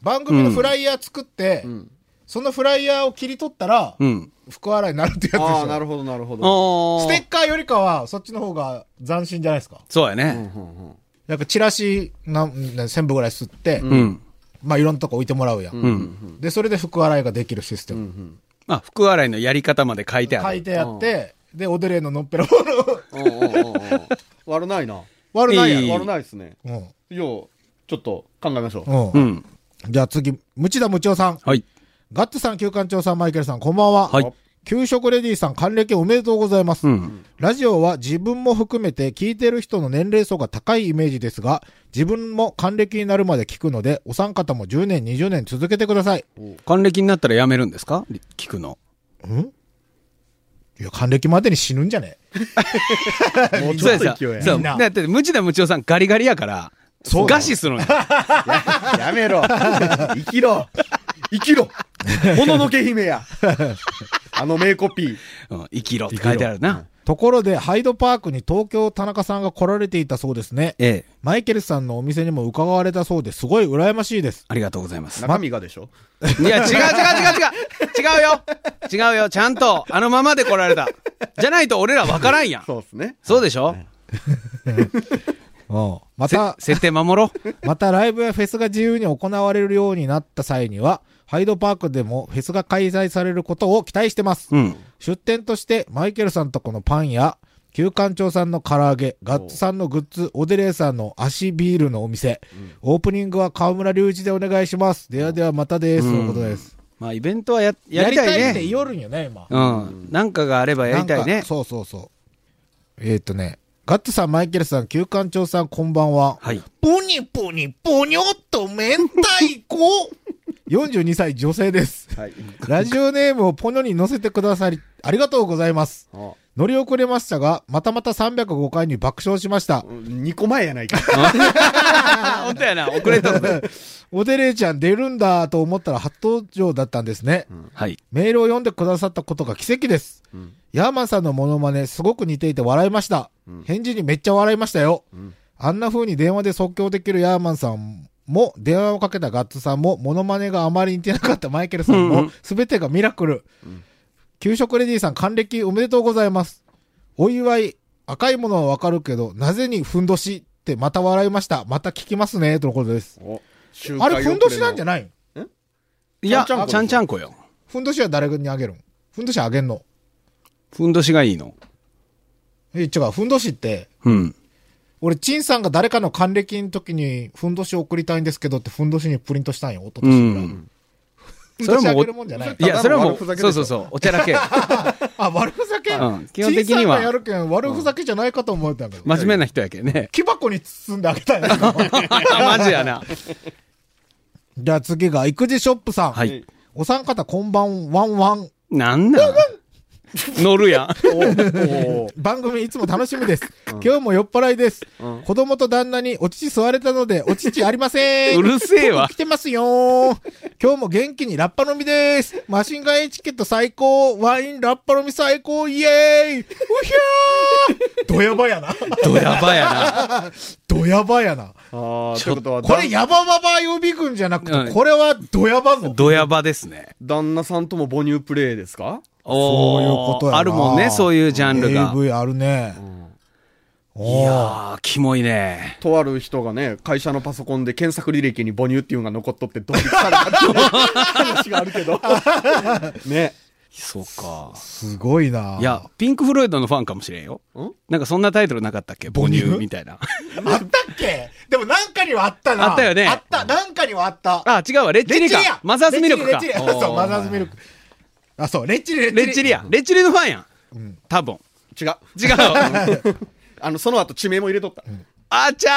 Speaker 2: 番組のフライヤー作って、
Speaker 3: ん
Speaker 2: そのフライヤーを切り取ったら、
Speaker 4: うん。
Speaker 2: 福笑いになるってやつでし
Speaker 3: ああ、な
Speaker 2: ょ。
Speaker 3: るほど、なるほど。
Speaker 4: お
Speaker 2: ステ
Speaker 4: ー
Speaker 2: ッ。カーよりかは、そっちの方が斬新じゃないですか。
Speaker 4: そうや
Speaker 3: うんう
Speaker 4: ね。
Speaker 3: んうん
Speaker 2: なんかチラシなんな1000部ぐらい吸って、
Speaker 4: うん。
Speaker 2: まあいろんなとこ置いてもらうやん。
Speaker 4: うん。
Speaker 2: で、それで福笑いができるシステ
Speaker 3: うんう
Speaker 2: ム。
Speaker 3: ん
Speaker 4: まあ、福笑いのやり方まで書いてあ
Speaker 2: 書い
Speaker 4: る。
Speaker 2: てやって、で、オデレーののっぺらぼうの
Speaker 3: うんうんうん悪ないな。
Speaker 2: 悪ない
Speaker 4: いい
Speaker 2: やん。
Speaker 3: 悪ないですね。
Speaker 2: うん。
Speaker 3: よう、ちょっと考え ましょう。
Speaker 2: うん。
Speaker 4: うん。
Speaker 2: じゃあ次、ムチダムチオさん。
Speaker 4: はい。
Speaker 2: ガッツさん、旧館長さん、マイケルさん、こんばんは。
Speaker 4: はい。
Speaker 2: 給食レディさん、還暦おめでとうございます。
Speaker 4: うん。
Speaker 2: ラジオは自分も含めて聞いてる人の年齢層が高いイメージですが、自分も還暦になるまで聞くので、お三方も10年、20年続けてください。
Speaker 4: 還暦になったらやめるんですか聞くの。
Speaker 2: んいや、還暦までに死ぬんじゃね
Speaker 3: もうち
Speaker 4: そう
Speaker 3: ょ
Speaker 4: や
Speaker 3: っ
Speaker 4: そ
Speaker 3: と勢い
Speaker 4: う
Speaker 3: や。
Speaker 4: そう。
Speaker 2: みんな
Speaker 4: だって、無知だ無知おさんガリガリやから、
Speaker 2: そう
Speaker 4: 餓死するのよ。
Speaker 3: やめ ろ。生きろ。生きろ。もののけ姫や。あの名コピー。
Speaker 4: うん生きろって書いてあるな。
Speaker 2: ところで、ハイドパークに東京田中さんが来られていたそうですね。
Speaker 4: ええ。
Speaker 2: マイケルさんのお店にも伺われたそうですごい羨ましいです。
Speaker 4: ありがとうございます。
Speaker 3: 中身がでしょ
Speaker 4: いや、違う違う違う違う違うよ違うよちゃんと、あのままで来られた。じゃないと俺らわからんやん。
Speaker 3: そうですね。
Speaker 4: そうでしょ
Speaker 2: うん。ま
Speaker 4: せ
Speaker 2: た、
Speaker 4: 設定守ろう。
Speaker 2: またライブやフェスが自由に行われるようになった際には、ハイドパークでもフェスが開催されることを期待してます。
Speaker 4: うん。
Speaker 2: 出店として、マイケルさんとこのパンや、旧館長さんの唐揚げ、ガッツさんのグッズ、オデレイさんの足ビールのお店、オープニングは川村隆一でお願いします。ではではまたです。ということです。
Speaker 4: まあ、イベントはや、やりた
Speaker 2: やりたい
Speaker 4: い
Speaker 2: って
Speaker 4: ね。
Speaker 2: 言おるんよね、今。
Speaker 4: うん。なんかがあればやりたい
Speaker 2: なん
Speaker 4: ね
Speaker 2: か。そうそうそう。えっ、とね、ガッツさん、マイケルさん、旧館長さん、こんばんは。
Speaker 4: はい。
Speaker 2: ポニポニポニョっと明太 子42歳女性です。
Speaker 3: はい。
Speaker 2: ラジオネームをポニョに載せてくださり、ありがとうございます。
Speaker 3: あ
Speaker 2: 乗り遅れましたが、またまた305回に爆笑しました。
Speaker 3: 2個前やないか。
Speaker 4: 本当やな。遅れたんだ。
Speaker 2: おでれいちゃん出るんだと思ったら初登場だったんですね。
Speaker 4: はい。
Speaker 2: メールを読んでくださったことが奇跡です。ヤーマンさんのモノマネすごく似ていて笑いました。返事にめっちゃ笑いましたよ。あんな風に電話で即興できるヤーマンさんも、電話をかけたガッツさんも、モノマネがあまり似てなかったマイケルさん
Speaker 4: うんう
Speaker 2: も
Speaker 4: ん、
Speaker 2: すべてがミラクル。給食レディーさん、還暦おめでとうございます。お祝い、赤いものはわかるけど、なぜにふんどしってまた笑いました。また聞きますね、とのことです。あれ、ふんどしなんじゃ
Speaker 3: ない
Speaker 2: ない
Speaker 4: いや、
Speaker 3: ち
Speaker 4: ち
Speaker 3: ゃんちゃんこでしょ
Speaker 4: ゃんちゃんこよ。
Speaker 2: ふんどしは誰にあげるんふんどしあげんの
Speaker 4: ふんどしがいいの。
Speaker 2: え、違う、ふんどしって、
Speaker 4: うん。
Speaker 2: 俺、陳さんが誰かの還暦の時に、ふんどしを送りたいんですけどって、ふんどしにプリントしたんよ、おとと
Speaker 4: う
Speaker 2: しぐらい。
Speaker 4: ん。
Speaker 2: ふんどしあげるもんじゃない
Speaker 4: い。や、そ
Speaker 3: た
Speaker 4: れ
Speaker 3: だ
Speaker 4: は
Speaker 3: の
Speaker 4: も
Speaker 3: 悪ふざ
Speaker 4: う、
Speaker 3: けでし
Speaker 4: そ
Speaker 3: ょ
Speaker 4: うそうそう、お 寺系。
Speaker 2: あ、悪ふざけ、
Speaker 4: うん基本的に
Speaker 2: 陳
Speaker 4: は
Speaker 2: さんがやるけん、悪ふざけじゃないかと思ってたけど。。
Speaker 4: 真面目な人やけんね
Speaker 2: 木箱に包んであげたい な。
Speaker 4: マジやな。
Speaker 2: じゃあ次が、育児ショップさん。
Speaker 4: はい。
Speaker 2: お三方こんばんワンワン。
Speaker 4: なんなん乗るやん。
Speaker 3: おー
Speaker 2: 番組いつも楽しみです。今日も酔っ払いです。
Speaker 3: うん
Speaker 2: 子供と旦那にお乳吸われたので、お乳ありません。
Speaker 4: うるせえわ
Speaker 2: 来。てますよー今日も元気にラッパ飲みです。マシンガンエチケット最高。ワインラッパ飲み最高。イエーイうひゃードヤバやな。
Speaker 4: どやばや
Speaker 2: ドヤバやな。
Speaker 3: ああ、
Speaker 4: ち
Speaker 3: とい
Speaker 4: ょ
Speaker 3: うことは、
Speaker 2: こ
Speaker 3: だ
Speaker 2: れヤバババ予備軍じゃなく
Speaker 4: う
Speaker 2: て、
Speaker 4: ん
Speaker 2: これはドヤバ
Speaker 4: な。
Speaker 2: ぞ。
Speaker 4: どやばですね。
Speaker 3: 旦那さんとも母乳プレイですか
Speaker 2: そういうことやな
Speaker 4: あるもんね、そういうジャンルが。
Speaker 2: AV あるね。
Speaker 4: い
Speaker 2: お
Speaker 4: や
Speaker 2: ー
Speaker 4: ー、キモいね。
Speaker 3: とある人がね、会社のパソコンで検索履歴に母乳っていうのが残っとって、ドキされたっていう話があるけ ど。ね。
Speaker 4: そうか。
Speaker 2: すごいな。
Speaker 4: いや、ピンク・フロイドのファンかもしれんよ
Speaker 3: ん。
Speaker 4: なんかそんなタイトルなかったっけ母
Speaker 2: 母乳
Speaker 4: 乳みたいな。
Speaker 2: あ ったっけでもなんかにはあったな。
Speaker 4: あったよね
Speaker 2: あった。なんかにはあった。
Speaker 4: あ、違うわ。レッチリ
Speaker 2: レッチリや
Speaker 4: か。マザーズミルク
Speaker 2: レッ
Speaker 4: か。
Speaker 2: チリレッチリそう、
Speaker 4: おー
Speaker 2: マザーズミルク。あ、そう、レッチリ、レッチ
Speaker 4: レ
Speaker 2: リ。
Speaker 4: ッチリや。レッチリのファンやん。多分。
Speaker 3: 違う。
Speaker 4: 違 う。
Speaker 3: あの、その後地名も入れとった。
Speaker 4: あちゃ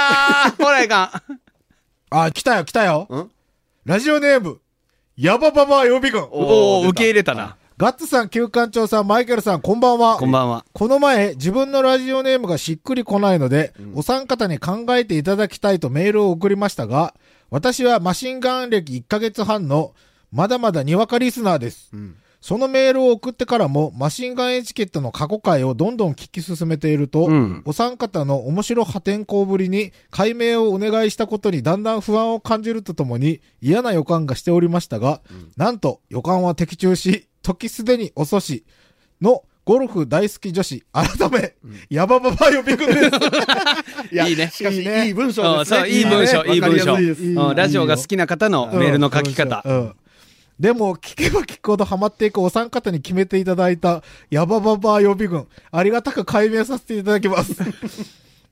Speaker 4: ーほらいかん。
Speaker 2: あ、来たよ、来たよ。
Speaker 3: ん
Speaker 2: ラジオネーム、ヤバババア予備軍。
Speaker 4: おー、受け入れたな。
Speaker 2: ガッツさん、旧館長さん、マイケルさん、こんばんは。
Speaker 4: こんばんは。
Speaker 2: この前、自分のラジオネームがしっくりこないので、お三方に考えていただきたいとメールを送りましたが、私はマシンガン歴1ヶ月半の、まだまだにわかリスナーです。そのメールを送ってからも、マシンガンエチケットの過去回をどんどん聞き進めていると、
Speaker 4: うん
Speaker 2: お三方の面白破天荒ぶりに、解明をお願いしたことにだんだん不安を感じるとともに、嫌な予感がしておりましたが、なんと予感は的中し、時すでに遅し、のゴルフ大好き女子、改め、ヤバババ予備軍です。
Speaker 3: や
Speaker 4: いいね
Speaker 3: しかし、
Speaker 2: いいね
Speaker 3: いい文章
Speaker 4: うん
Speaker 3: です
Speaker 4: そう、
Speaker 3: ね。
Speaker 4: いい文章、いい文章
Speaker 3: わかりやすいです。
Speaker 4: うんラジオが好きな方のメールの書き方
Speaker 2: う。んうんでも、聞けば聞くほどハマっていくお三方に決めていただいた、ヤバババア予備軍、ありがたく解明させていただきます。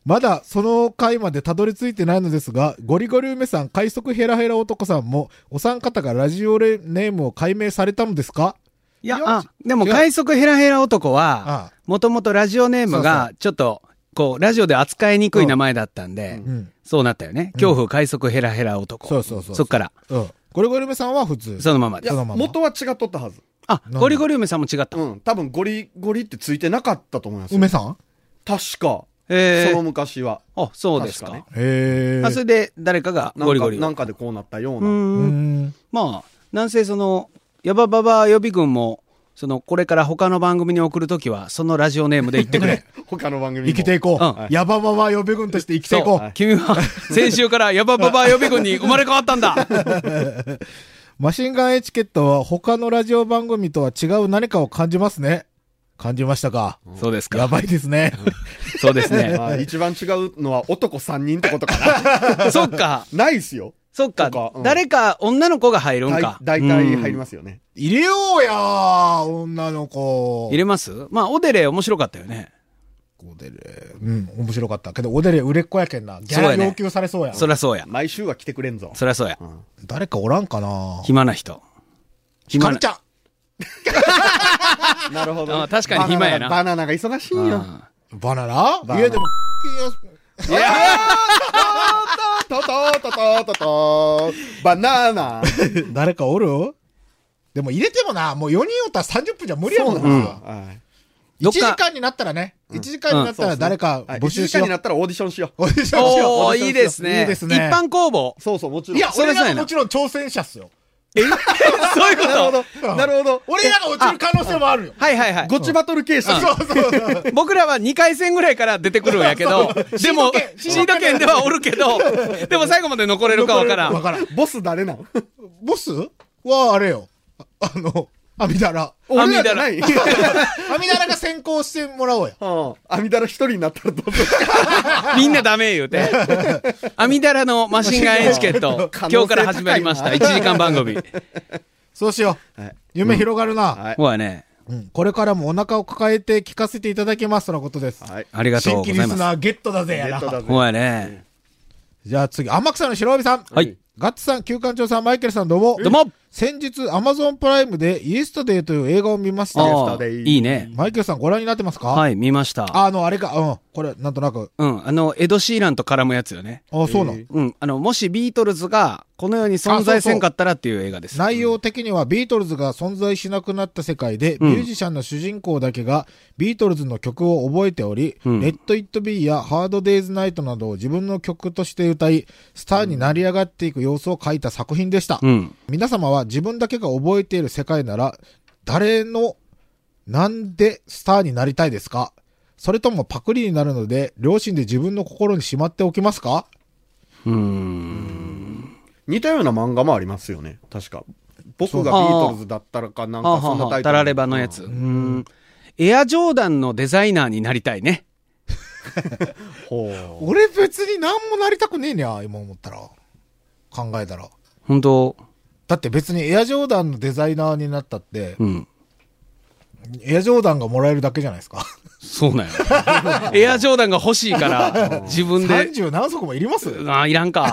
Speaker 2: まだその回までたどり着いてないのですが、ゴリゴリ梅さん、快速ヘラヘラ男さんも、お三方がラジオネームを解明されたのですか
Speaker 4: いや
Speaker 2: い、や
Speaker 4: あでも
Speaker 2: 違う
Speaker 4: 快速ヘラヘラ男
Speaker 2: ああ
Speaker 4: は、もともとラジオネームが、ちょっと、こう、ラジオで扱いにくい名前だったんで、
Speaker 2: うん。
Speaker 4: そうなったよね。恐怖快速ヘラヘラ男。
Speaker 2: そうそうそう
Speaker 4: そっから、
Speaker 2: うん。ゴリゴリ梅さんは普通。
Speaker 4: そのまま
Speaker 3: い
Speaker 4: で
Speaker 3: や、
Speaker 4: す。
Speaker 2: のまま
Speaker 3: 元は違っとったはず。
Speaker 4: あ、ゴリゴリ梅さんも違った。
Speaker 3: うん。多分、ゴリゴリってついてなかったと思いますよ。
Speaker 2: 梅さん
Speaker 3: 確か。
Speaker 4: え
Speaker 3: そ
Speaker 4: ー
Speaker 3: の昔は。
Speaker 4: あ、そうですか。
Speaker 3: 確か
Speaker 2: へ
Speaker 4: あそれで誰かが
Speaker 3: なん
Speaker 4: ゴリ
Speaker 3: か
Speaker 4: ゴリを。
Speaker 3: なんかでこうなったよう
Speaker 4: う
Speaker 3: な。
Speaker 2: う
Speaker 4: ーん。
Speaker 2: ん。
Speaker 4: まあ、なんせその、ヤバババア予備軍も、その、これから他の番組に送るときは、そのラジオネームで言ってくれ。
Speaker 3: 他の番組も
Speaker 2: 生きていこう。
Speaker 4: うん
Speaker 2: ヤバババア予備軍として生きていこう
Speaker 4: そう。 君は、先週からヤバババア予備軍に生まれ変わった んだ
Speaker 2: マシンガンエチケットは他のラジオ番組とは違う何かを感じますね。感じましたか。
Speaker 4: そうですか。
Speaker 2: やばいですね。
Speaker 4: そうです ね。
Speaker 3: あ一番違うのは男3人ってことか
Speaker 4: そっか、
Speaker 3: な。ないっすよ。
Speaker 4: そっ
Speaker 3: そ
Speaker 4: か
Speaker 3: っかうん、
Speaker 4: 誰か女の子が入るん
Speaker 3: 大
Speaker 4: か。
Speaker 3: 大体入りますよね。
Speaker 2: 入れようやー女の子。
Speaker 4: 入れますまあ、オデレ面白かったよね。
Speaker 2: オデレ。うん、面白かった。けど、オデレ売れっ子やけんな。ギャ
Speaker 4: そう
Speaker 2: ラ
Speaker 4: やね
Speaker 2: 要求されそうやん。
Speaker 4: そりゃそうや。
Speaker 3: 毎週は来てくれんぞ。
Speaker 4: そりゃそうや。
Speaker 2: 誰かおらんかな
Speaker 4: 暇な人。
Speaker 2: ひ
Speaker 4: 暇
Speaker 2: か
Speaker 4: な
Speaker 2: るちゃん。
Speaker 3: なるほどね。
Speaker 4: あ確かに暇やな
Speaker 3: バナナがバナナが忙しい
Speaker 4: うん
Speaker 3: よ。
Speaker 2: バナナ
Speaker 3: バナナ
Speaker 2: 家でも、
Speaker 3: いやートトトトトトトバナナ
Speaker 2: 誰かおるでも入れてもな、もう4人おったら30分じゃ無理やもん
Speaker 3: そうなん
Speaker 2: な。
Speaker 3: だはい
Speaker 2: 1
Speaker 4: どっ
Speaker 2: 時
Speaker 4: か
Speaker 2: 間になったらね。1時間になったら誰か
Speaker 3: はい
Speaker 2: 募
Speaker 3: 一
Speaker 2: 集
Speaker 3: 時
Speaker 2: し
Speaker 3: 間
Speaker 2: よ
Speaker 3: に
Speaker 2: う。
Speaker 3: なったらオーディションしよう。。
Speaker 2: おし
Speaker 4: おー、いいですね。
Speaker 2: いいですね
Speaker 4: 一般公募
Speaker 3: そうそう、もちろ ん。
Speaker 2: いや、
Speaker 4: それ
Speaker 2: 俺ら
Speaker 4: そう
Speaker 2: が
Speaker 4: やな
Speaker 2: もちろん挑戦者っすよ。
Speaker 4: そういうこ
Speaker 3: なる
Speaker 4: と。
Speaker 3: ほど。なるほど。
Speaker 2: 俺らが落ちる可能性もあるよ。
Speaker 4: はいはいはい。
Speaker 3: ゴチバトル形式。
Speaker 4: うん僕らは2回戦ぐらいから出てくるんやけ ど、でも、
Speaker 2: シ
Speaker 4: シ
Speaker 2: ー
Speaker 4: ー
Speaker 2: ド
Speaker 4: ド
Speaker 2: 権
Speaker 4: 権ではおるけど、でも最後まで残れるかわからん。
Speaker 2: わからん。
Speaker 3: ボス誰なん
Speaker 2: ボスはあれよ。ああの、網だ ら。
Speaker 3: 俺らじゃない。
Speaker 2: 網だらが先行してもらおうや。
Speaker 3: うん。阿弥陀羅一人になったらどうぞ。
Speaker 4: みんなダメ言 うて。アミダラのマシンガンエチケット、今日から始まりました。1時間番組。
Speaker 2: そうしよう。
Speaker 3: はい
Speaker 2: 夢広がるな、
Speaker 3: はい。
Speaker 4: ほらね、
Speaker 2: うんこれからもお腹を抱えて聞かせていただきますとのことです。
Speaker 3: はい。
Speaker 4: ありがとう
Speaker 2: 新
Speaker 4: ご
Speaker 2: 規
Speaker 4: ざ
Speaker 2: リ
Speaker 4: い
Speaker 2: ス
Speaker 4: ま
Speaker 2: ナーゲットだぜや
Speaker 3: ゲ
Speaker 2: な
Speaker 3: ット。だ
Speaker 4: す。ほ
Speaker 3: ぜ。
Speaker 4: らね、
Speaker 2: じゃあ次、天草の白帯さん。
Speaker 4: はい。
Speaker 2: ガッツさん、旧館長さん、マイケルさん、どうも。
Speaker 4: どうも
Speaker 2: 先日、アマゾンプライムで、イエスタデイという映画を見ました。
Speaker 3: ー
Speaker 4: ああ、いいね。
Speaker 2: マイケルさん、ご覧になってますか。
Speaker 4: はいい、見ました。
Speaker 2: あの、あれか、うん。これ、なんとなく。
Speaker 4: うん、あの、エド・シーランと絡むやつよね。
Speaker 2: あ、そうな
Speaker 3: え
Speaker 2: の
Speaker 3: ー。
Speaker 4: うん、あの、もしビートルズがこの世に存在せんかったらっていう映画です。
Speaker 2: 内容的にはビートルズが存在しなくなった世界で、
Speaker 4: ん
Speaker 2: ミュージシャンの主人公だけがビートルズの曲を覚えており、
Speaker 4: うん
Speaker 2: レッド・イット・ビーやハード・デイズ・ナイトなどを自分の曲として歌い、スターに成り上がっていく様子を描いた作品でした。
Speaker 4: うん。
Speaker 2: 皆様は自分だけが覚えている世界なら、誰の、なんでスターになりたいですかそれともパクリになるので、両親で自分の心にしまっておきますか
Speaker 4: うーん。
Speaker 3: 似たような漫画もありますよね。確か。僕がビートルズだったらかなん
Speaker 4: はあ
Speaker 3: か
Speaker 4: は
Speaker 3: そ
Speaker 4: あ
Speaker 3: んなタイト
Speaker 4: は
Speaker 3: ル。
Speaker 4: あ、タラレバのやつ。うーん。エアジョーダンのデザイナーになりたいね。
Speaker 3: ほう。
Speaker 2: 俺別に何もなりたくねえにゃ、今思ったら。考えたら。
Speaker 4: 本当
Speaker 2: だって別にエアジョーダンのデザイナーになったって、
Speaker 4: うん。
Speaker 2: エアジョーダンがもらえるだけじゃないですか。
Speaker 4: そうな んや。エアジョーダンが欲しいから、自分で。
Speaker 2: 30何足もいります
Speaker 4: ああ、いらんか。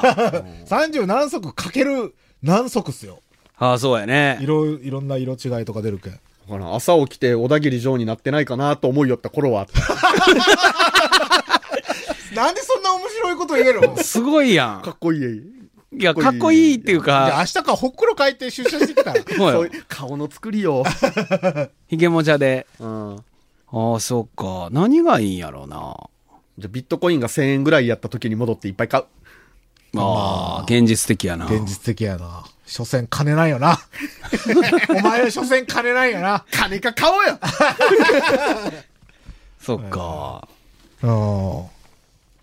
Speaker 2: ?30 何足かける何足っすよ。
Speaker 4: ああ、そうやね。
Speaker 2: 色、いろんな色違いとか出るけん。
Speaker 3: だから朝起きて小田切城になってないかなと思いよった頃はあ った。
Speaker 2: なんでそんな面白いこと言える の
Speaker 4: すごいや
Speaker 3: かっこいい。
Speaker 4: ん。いや、
Speaker 3: か
Speaker 4: か
Speaker 3: っ
Speaker 4: っ
Speaker 3: こ
Speaker 4: こ
Speaker 3: いい
Speaker 4: いいっていう
Speaker 2: じゃあ
Speaker 4: か、
Speaker 2: 明日からほっくろ書いて出社してきたら。
Speaker 4: そう
Speaker 3: そう
Speaker 4: よ
Speaker 3: いう顔の作りよ。
Speaker 4: ひげもじゃで。
Speaker 3: うん。
Speaker 4: ああ、そっか。何がいいんやろうな。
Speaker 3: じゃあビットコインが1000円ぐらいやった時に戻っていっぱい買う。
Speaker 4: ああ、現実的やな。
Speaker 2: 現実的やな。所詮金ないよな。お前は所詮金ないよな。
Speaker 3: 金か買おうよ
Speaker 4: そっか。
Speaker 2: うん。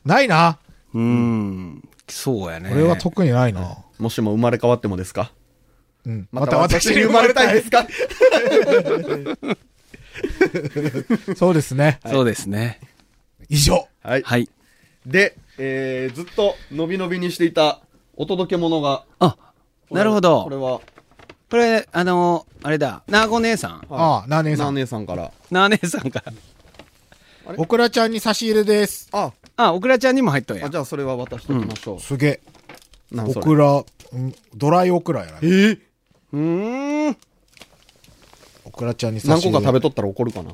Speaker 2: ないな。
Speaker 4: うん。そうやね。
Speaker 2: 俺は特にないな。
Speaker 3: もしも生まれ変わってもですか
Speaker 2: うん。
Speaker 3: また私に生まれたいですか
Speaker 2: そうですね。
Speaker 4: そうですね。
Speaker 2: 以上。
Speaker 3: はい。
Speaker 4: はい。
Speaker 3: で、えー、ずっと伸び伸びにしていたお届け物が。
Speaker 4: あ、
Speaker 3: これ
Speaker 4: なるほ
Speaker 3: こ
Speaker 4: ど
Speaker 3: れ。は、
Speaker 4: これ、あの、あれだ。なあご姉さん。
Speaker 2: ああ、なあねえ
Speaker 3: な
Speaker 2: さ
Speaker 3: あ
Speaker 2: ん。
Speaker 3: 姉さんから。
Speaker 4: なあ姉さんから。
Speaker 2: オクラちゃんに差し入れです。
Speaker 3: あ、
Speaker 4: あ、オクラちゃんにも入っとんや
Speaker 3: あ。じゃあそれは渡しておきましょ
Speaker 2: すげえ。
Speaker 3: う。なん
Speaker 2: オ
Speaker 3: それ
Speaker 2: クラ、うんドライオクラやな
Speaker 3: え。ー
Speaker 4: うーん。
Speaker 2: オクラちゃんに差
Speaker 3: 何
Speaker 2: し入
Speaker 3: 個
Speaker 2: れ。
Speaker 3: か食べとったら怒るかな。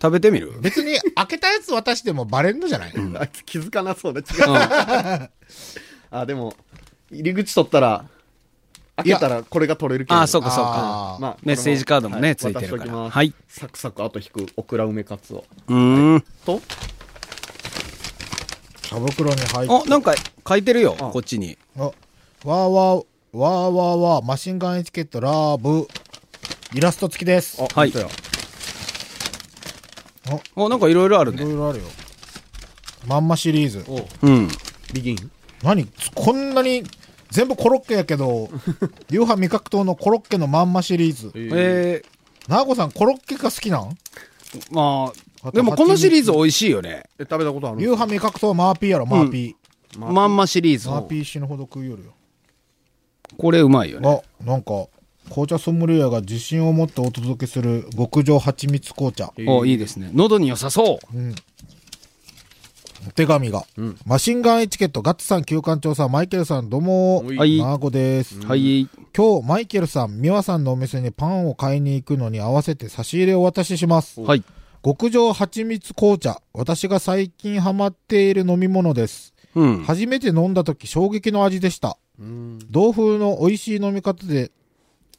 Speaker 4: 食べてみる
Speaker 2: 別に開けたやつ渡してもバレんのじゃない
Speaker 3: あいつ気づかな そうだ。違う。あ、でも、入り口取ったら、開けたらこれが取れるけど。
Speaker 4: あ、そうかそう
Speaker 2: あ
Speaker 4: か。
Speaker 2: ー
Speaker 3: まあ
Speaker 4: メッセージカードもね
Speaker 3: は
Speaker 4: ついて
Speaker 3: 渡し
Speaker 4: るから
Speaker 3: ときます
Speaker 4: はい
Speaker 3: サクサクあと引くオクラ梅カツオ
Speaker 4: うーん。
Speaker 3: と、
Speaker 2: 茶袋に入って
Speaker 4: お、なんか書いてるよ。
Speaker 3: あ
Speaker 4: こっちに。
Speaker 2: あ、わーわー、わーわーわー、マシンガンエチケット、ラブ、イラスト付きです。
Speaker 3: あ、
Speaker 4: はい
Speaker 3: 本当や
Speaker 4: お、なんかいろいろある
Speaker 2: いろ
Speaker 4: ね。
Speaker 2: いろあるよ。まんまシリーズ。
Speaker 3: お
Speaker 4: うん。
Speaker 3: ビギン
Speaker 2: 何こんなに、全部コロッケやけ ど、流派味覚糖のコロッケのまんまシリーズ。
Speaker 4: え
Speaker 2: なあこさん、コロッケが好きなん
Speaker 4: ー、ま
Speaker 2: あと
Speaker 4: あ、でもこのシリーズ美味しいよね。
Speaker 3: え食べたことある
Speaker 2: 流派味覚糖はマーピーやろ、マーピ
Speaker 3: まあ
Speaker 4: まんまシリー
Speaker 2: ー。
Speaker 4: ズ
Speaker 2: マ。ーピー死ぬほど食いよるよ。
Speaker 4: これうまいよね。
Speaker 2: あ、なんか、紅茶ソムリエが自信を持ってお届けする極上蜂蜜紅茶。
Speaker 4: お、いいですね。喉に良さそう。
Speaker 2: お手紙が、
Speaker 3: ん
Speaker 2: マシンガンエチケット、ガッツさん、旧館長さん、マイケルさん、どうも。
Speaker 3: おい
Speaker 4: はい
Speaker 2: マーゴです。
Speaker 4: はい。
Speaker 2: 今日、マイケルさん、ミワさんのお店にパンを買いに行くのに合わせて差し入れをお渡しします。
Speaker 4: はい。
Speaker 2: 極上蜂蜜紅茶。私が最近ハマっている飲み物です。
Speaker 4: うん。
Speaker 2: 初めて飲んだ時、衝撃の味でした。
Speaker 3: うん
Speaker 2: 同風の美味しい飲み方で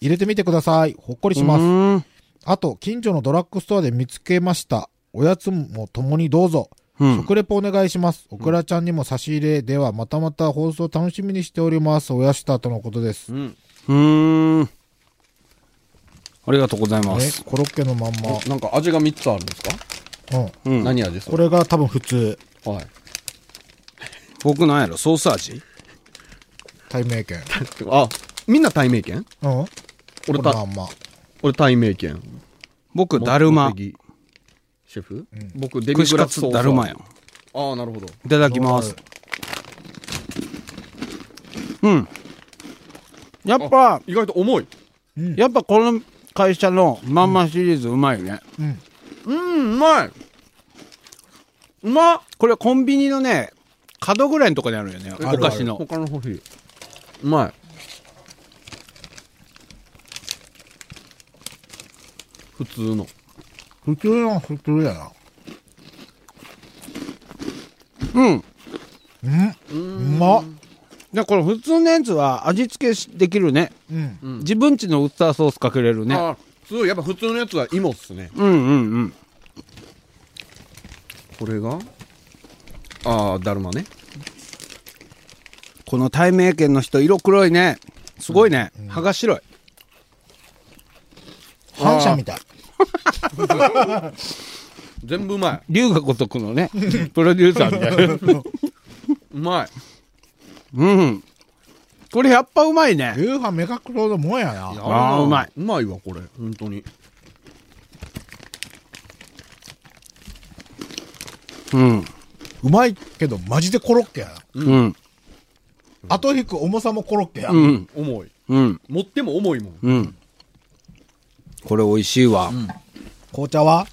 Speaker 2: 入れてみてください。ほっこりします。
Speaker 4: す。
Speaker 2: あと、近所のドラッグストアで見つけました。おやつも共にどうぞ。
Speaker 4: うん。
Speaker 2: 食レポお願いします。オクラちゃんにも差し入れではまたまた放送楽しみにしております。おやしたとのことです。
Speaker 3: う
Speaker 2: ね、
Speaker 3: ん
Speaker 4: うーん。ありがとうございます。
Speaker 2: コロッケのまんま。
Speaker 3: なんか味が3つあるんですか
Speaker 2: うん。
Speaker 4: うん。
Speaker 3: 何味です
Speaker 2: これが多分普 通、
Speaker 3: かはい
Speaker 4: 僕なんやろソース味
Speaker 2: 対名券。
Speaker 3: あみんな対名犬
Speaker 2: うん。
Speaker 3: 俺
Speaker 2: この
Speaker 3: た
Speaker 2: まんま。
Speaker 3: 俺、対名犬。
Speaker 4: 僕、だるま
Speaker 3: 茂。木シェフ、僕、デミ
Speaker 4: 串
Speaker 3: グ
Speaker 4: カ
Speaker 3: ラスソ
Speaker 4: ツ
Speaker 3: ース。
Speaker 4: だるまやん。
Speaker 3: ああ、なるほど。
Speaker 4: いただきます。うん。やっぱ、
Speaker 3: 意外と重い。
Speaker 4: やっぱこの会社のまんまシリーズうまいよね。
Speaker 3: うん、うまい。うまっ
Speaker 4: これはコンビニのね、角ぐらいのとこにあるよね。
Speaker 2: あ
Speaker 4: お
Speaker 2: る
Speaker 4: 菓子の。
Speaker 3: 他の欲しい。うまい。普通の。
Speaker 2: 普通の普通やな。
Speaker 4: うん。
Speaker 2: うん。うまっ。
Speaker 4: で、この普通のやつは味付けしできるね。
Speaker 2: うん。
Speaker 3: うん
Speaker 4: 自分ちのウスターソースかけれるね。
Speaker 3: ああ、普通、やっぱ普通のやつは芋っすね。
Speaker 4: うんうんうん。
Speaker 3: これがああ、だるまね。
Speaker 4: この対名犬の人、色黒いね。すごいね。歯が白い。
Speaker 2: 反射みたい。
Speaker 3: 全部うまい。
Speaker 4: 龍が如く のね、プロデューサーみたいな。
Speaker 3: うまい。
Speaker 4: うん。これやっぱうまいね。
Speaker 2: 夕飯目隠そうのもんやな。
Speaker 4: あーうまい。
Speaker 3: うまいわ、これ。本当に。
Speaker 4: うん。
Speaker 2: うまいけど、マジでコロッケやな。
Speaker 4: うん。
Speaker 2: 後引く重さもコロッケや。
Speaker 4: うん。
Speaker 3: 重い。
Speaker 4: うん。
Speaker 3: 持っても重いもん。
Speaker 4: うん。これ美味しいわ。
Speaker 2: 紅茶は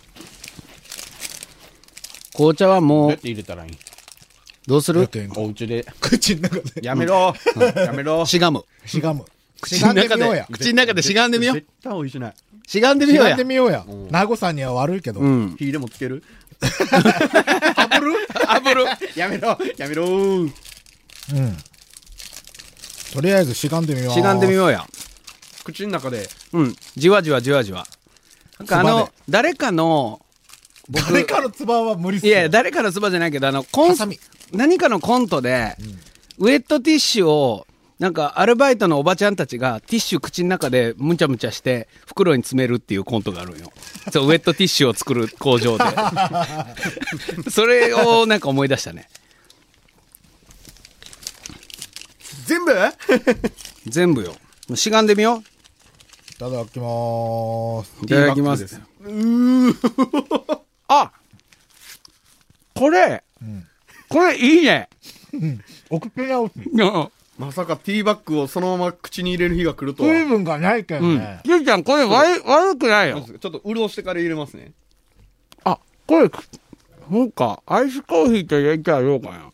Speaker 4: 紅茶はもう、
Speaker 3: て入れたらいい
Speaker 4: どうする
Speaker 3: お家 で。
Speaker 2: 口の中で
Speaker 3: やめろ。やめろ。
Speaker 4: しがむ。
Speaker 2: しがむ。
Speaker 4: 口の中
Speaker 2: しがんでみよう
Speaker 4: で
Speaker 2: や、
Speaker 4: 口の中でしがんでみよう
Speaker 3: 絶。対美味しない。
Speaker 4: しがんでみ
Speaker 2: し
Speaker 4: よう
Speaker 2: がん
Speaker 4: や
Speaker 2: で。みようや。名護さんには悪いけど。
Speaker 4: うん。
Speaker 3: 火でもつ ける
Speaker 4: あぶるあぶる。
Speaker 3: やめろ。やめろ。
Speaker 2: うんとりあえずしがんでみよう。
Speaker 4: しがんでみようや。
Speaker 3: 口の中で。
Speaker 4: うん。じわじわじわじわ。なんかあ
Speaker 2: 唾
Speaker 4: の
Speaker 2: で、
Speaker 4: 誰かの、僕
Speaker 2: 誰かの唾は無理っす
Speaker 4: い
Speaker 2: よ。
Speaker 4: や、誰かのそばじゃないけど、あの、コン
Speaker 2: ハサミ、
Speaker 4: 何かのコントで、ウェットティッシュを、なんか、アルバイトのおばちゃんたちが、ティッシュ口の中でむちゃむちゃして、袋に詰めるっていうコントがあるんよ。そう、ウェットティッシュを作る工 場で。それをなんか思い出したね。
Speaker 3: 全部
Speaker 4: 全部よ。しがんでみよ
Speaker 2: いただきまーす。
Speaker 4: う。いただきます。
Speaker 3: ティーバッ
Speaker 4: うーあこれ、これいいね。
Speaker 2: お口直し。
Speaker 4: うん
Speaker 3: まさかティーバッグをそのまま口に入れる日が来るとは。
Speaker 2: 水分がないけどね。
Speaker 4: ゆうちゃん、これ悪い悪くないよ。
Speaker 3: ちょっと潤してから入れますね。
Speaker 4: あ、これ、そうか、アイスコーヒーと入れてやろうかな。